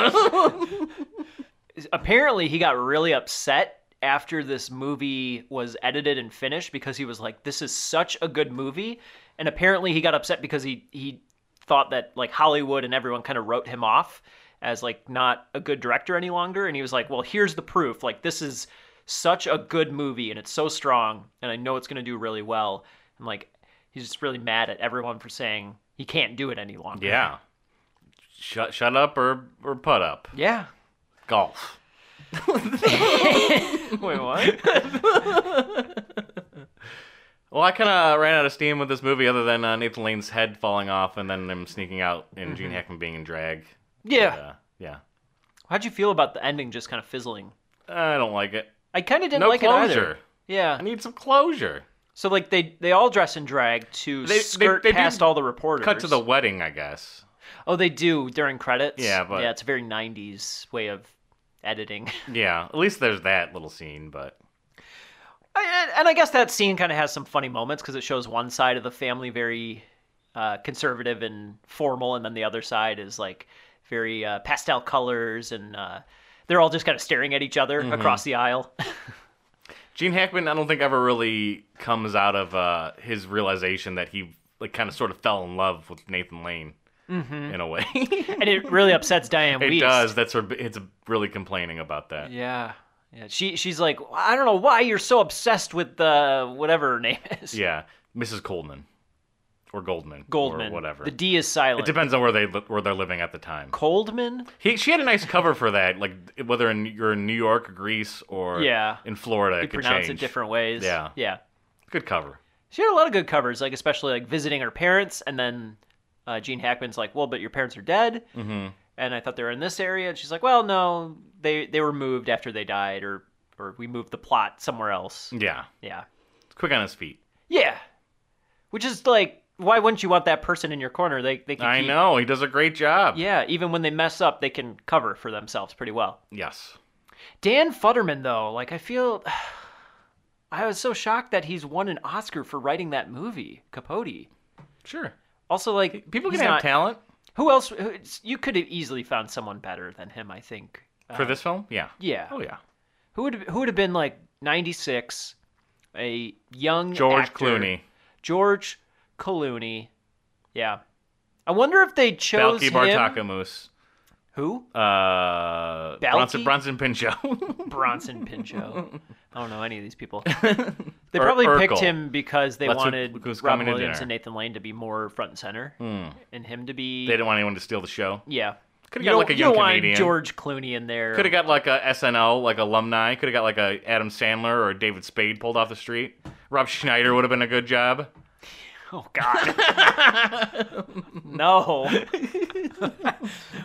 [SPEAKER 3] apparently he got really upset after this movie was edited and finished because he was like this is such a good movie and apparently he got upset because he he thought that like hollywood and everyone kind of wrote him off as like not a good director any longer and he was like well here's the proof like this is such a good movie and it's so strong and i know it's going to do really well and like he's just really mad at everyone for saying he can't do it any longer
[SPEAKER 2] yeah. Shut shut up or or put up.
[SPEAKER 3] yeah
[SPEAKER 2] Golf.
[SPEAKER 3] wait what
[SPEAKER 2] Well, I kind of ran out of steam with this movie, other than uh, Nathan Lane's head falling off and then him sneaking out and
[SPEAKER 3] Mm-hmm.
[SPEAKER 2] Gene Hackman being in drag.
[SPEAKER 3] yeah
[SPEAKER 2] Uh, yeah,
[SPEAKER 3] how'd you feel about the ending just kind of fizzling
[SPEAKER 2] I don't like it.
[SPEAKER 3] I kind of didn't
[SPEAKER 2] No
[SPEAKER 3] like it
[SPEAKER 2] closure.
[SPEAKER 3] either. Yeah.
[SPEAKER 2] I need some closure.
[SPEAKER 3] So like they they all dress in drag to
[SPEAKER 2] They- they-
[SPEAKER 3] skirt
[SPEAKER 2] they do
[SPEAKER 3] past all the reporters.
[SPEAKER 2] Cut to the wedding, I guess.
[SPEAKER 3] Oh, they do during credits.
[SPEAKER 2] Yeah, but-
[SPEAKER 3] yeah, it's a very '90s way of editing.
[SPEAKER 2] Yeah, at least there's that little scene, but
[SPEAKER 3] and and I guess that scene kind of has some funny moments because it shows one side of the family very uh, conservative and formal, and then the other side is like very uh, pastel colors, and uh, they're all just kind of staring at each
[SPEAKER 2] Mm-hmm.
[SPEAKER 3] other across the aisle.
[SPEAKER 2] Gene Hackman, I don't think ever really comes out of uh, his realization that he like kind of sort of fell in love with Nathan Lane.
[SPEAKER 3] Mhm.
[SPEAKER 2] in a way.
[SPEAKER 3] and it really upsets Diane
[SPEAKER 2] it
[SPEAKER 3] Weist.
[SPEAKER 2] does. That's her. It's really complaining about that.
[SPEAKER 3] Yeah. Yeah. She she's like, I don't know why you're so obsessed with uh, whatever her name is.
[SPEAKER 2] Yeah, Mrs. Goldman, or Goldman,
[SPEAKER 3] Goldman.
[SPEAKER 2] or whatever.
[SPEAKER 3] The D is silent.
[SPEAKER 2] It depends on where they li- where they're living at the time.
[SPEAKER 3] Goldman.
[SPEAKER 2] He, she had a nice cover for that, like whether in, you're in New York, Greece, or
[SPEAKER 3] Yeah.
[SPEAKER 2] in Florida,
[SPEAKER 3] You
[SPEAKER 2] it could
[SPEAKER 3] pronounce
[SPEAKER 2] change.
[SPEAKER 3] it different ways.
[SPEAKER 2] Yeah.
[SPEAKER 3] Yeah.
[SPEAKER 2] Good cover.
[SPEAKER 3] She had a lot of good covers, like especially like visiting her parents, and then uh, Gene Hackman's like, "Well, but your parents are dead,"
[SPEAKER 2] Mm-hmm.
[SPEAKER 3] and I thought they were in this area, and she's like, "Well, no, they they were moved after they died, or or we moved the plot somewhere else."
[SPEAKER 2] Yeah,
[SPEAKER 3] Yeah,
[SPEAKER 2] quick on his feet.
[SPEAKER 3] yeah, which is like, why wouldn't you want that person in your corner? They they can
[SPEAKER 2] I
[SPEAKER 3] keep-
[SPEAKER 2] know he does a great job.
[SPEAKER 3] Yeah, even when they mess up, they can cover for themselves pretty well.
[SPEAKER 2] Yes.
[SPEAKER 3] Dan Futterman, though, like I feel, I was so shocked that he's won an Oscar for writing that movie, Capote.
[SPEAKER 2] Sure.
[SPEAKER 3] Also, like
[SPEAKER 2] People
[SPEAKER 3] he's
[SPEAKER 2] can have
[SPEAKER 3] not-
[SPEAKER 2] talent
[SPEAKER 3] Who else? Who, it's- you could have easily found someone better than him, I think.
[SPEAKER 2] for this film. Yeah.
[SPEAKER 3] uh, Yeah.
[SPEAKER 2] Oh yeah.
[SPEAKER 3] Who would who would have been like ninety six, a young
[SPEAKER 2] George
[SPEAKER 3] actor.
[SPEAKER 2] Clooney,
[SPEAKER 3] George Clooney. Yeah. I wonder if they chose
[SPEAKER 2] Balky
[SPEAKER 3] him.
[SPEAKER 2] Bartakamus,
[SPEAKER 3] Who?
[SPEAKER 2] uh, Bronson Bronson Pinchot.
[SPEAKER 3] Bronson Pinchot. I don't know any of these people. They
[SPEAKER 2] Or
[SPEAKER 3] probably picked
[SPEAKER 2] Urkel.
[SPEAKER 3] him because they
[SPEAKER 2] That's who-
[SPEAKER 3] wanted
[SPEAKER 2] who's
[SPEAKER 3] Rob
[SPEAKER 2] coming to
[SPEAKER 3] Williams
[SPEAKER 2] dinner.
[SPEAKER 3] and Nathan Lane to be more front and center,
[SPEAKER 2] Hmm.
[SPEAKER 3] and him to be
[SPEAKER 2] They didn't want anyone to steal the show.
[SPEAKER 3] yeah.
[SPEAKER 2] Could
[SPEAKER 3] You
[SPEAKER 2] have got like
[SPEAKER 3] don't-
[SPEAKER 2] a
[SPEAKER 3] you
[SPEAKER 2] young
[SPEAKER 3] don't want
[SPEAKER 2] comedian.
[SPEAKER 3] George Clooney in there.
[SPEAKER 2] Could have got like a SNL, like alumni. Could have got like a Adam Sandler or a David Spade pulled off the street. Rob Schneider would have been a good job.
[SPEAKER 3] Oh God. no.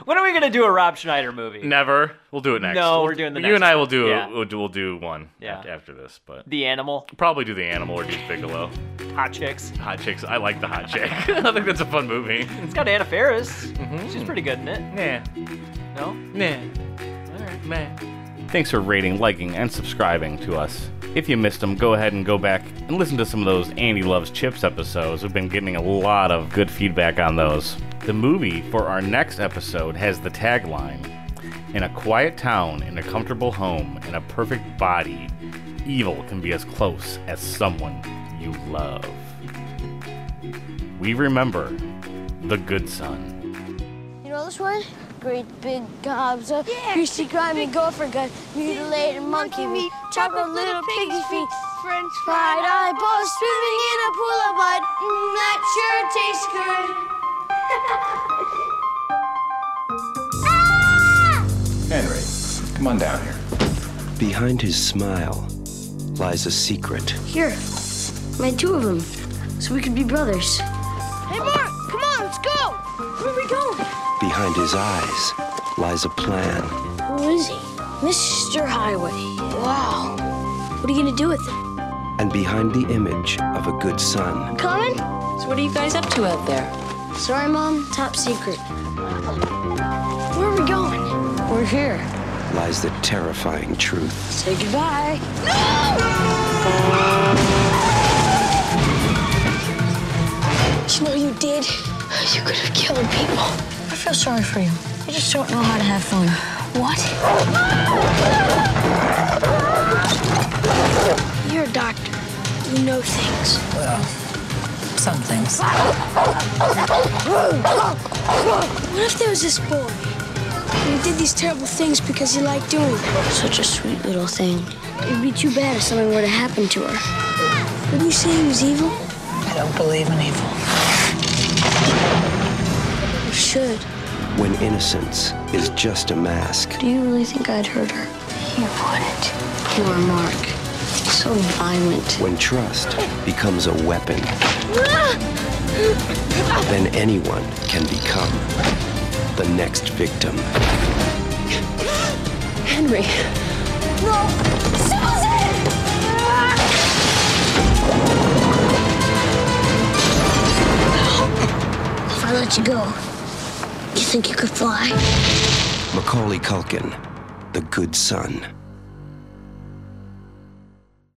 [SPEAKER 3] when are we gonna do a Rob Schneider movie?
[SPEAKER 2] Never. We'll do it next.
[SPEAKER 3] No,
[SPEAKER 2] We'll-
[SPEAKER 3] we're doing the
[SPEAKER 2] You
[SPEAKER 3] next
[SPEAKER 2] and I
[SPEAKER 3] one.
[SPEAKER 2] will do.
[SPEAKER 3] Yeah.
[SPEAKER 2] We'll do, we'll do one.
[SPEAKER 3] Yeah.
[SPEAKER 2] af- After this, but
[SPEAKER 3] The Animal,
[SPEAKER 2] probably do the animal or just Bigelow.
[SPEAKER 3] Hot Chicks.
[SPEAKER 2] Hot chicks. I like the hot chick. I think that's a fun movie.
[SPEAKER 3] It's got Anna Faris. She's pretty good in it.
[SPEAKER 2] Mm-hmm. Yeah.
[SPEAKER 3] No.
[SPEAKER 2] Yeah.
[SPEAKER 1] Thanks for rating, liking, and subscribing to us. If you missed them, go ahead and go back and listen to some of those Andy Loves Chips episodes. We've been getting a lot of good feedback on those. The movie for our next episode has the tagline In a quiet town, in a comfortable home, in a perfect body, evil can be as close as someone you love. We remember The Good Son.
[SPEAKER 10] You know this one? Great big gobs of greasy, grimy gopher gut, mutilated monkey meat, chocolate little piggy feet, french fried eyeballs swimming in a pool of blood. Mm, that sure tastes good. Mm,
[SPEAKER 11] Henry, come on down here.
[SPEAKER 12] Behind his smile lies a secret.
[SPEAKER 10] Here, made two of them, so we could be brothers. Hey, Mark, come on, let's go. Where are we going?
[SPEAKER 12] Behind his eyes lies a plan.
[SPEAKER 10] Who is he? Mr. Highway. Wow. What are you gonna do with him?
[SPEAKER 12] And behind the image of a good son
[SPEAKER 10] Coming? So what are you guys up to out there? Sorry, Mom. Top secret. Where are we going? We're here.
[SPEAKER 12] lies the terrifying truth.
[SPEAKER 10] Say goodbye. No! You know you did. You could have killed people. I feel sorry for you. You just don't know how to have fun. What? You're a doctor. You know things. Well, some things. What if there was this boy? And he did these terrible things because he liked doing them. Such a sweet little thing. It'd be too bad if something were to happen to her. Wouldn't you say he was evil? I don't believe in evil. You should.
[SPEAKER 12] When innocence is just a mask,
[SPEAKER 10] Do you really think I'd hurt her? You wouldn't. You are Mark. So violent.
[SPEAKER 12] when trust becomes a weapon, then anyone can become the next victim.
[SPEAKER 10] Henry. No! Susan! If I let you go, you think you could fly?
[SPEAKER 12] Macaulay Culkin, the good son.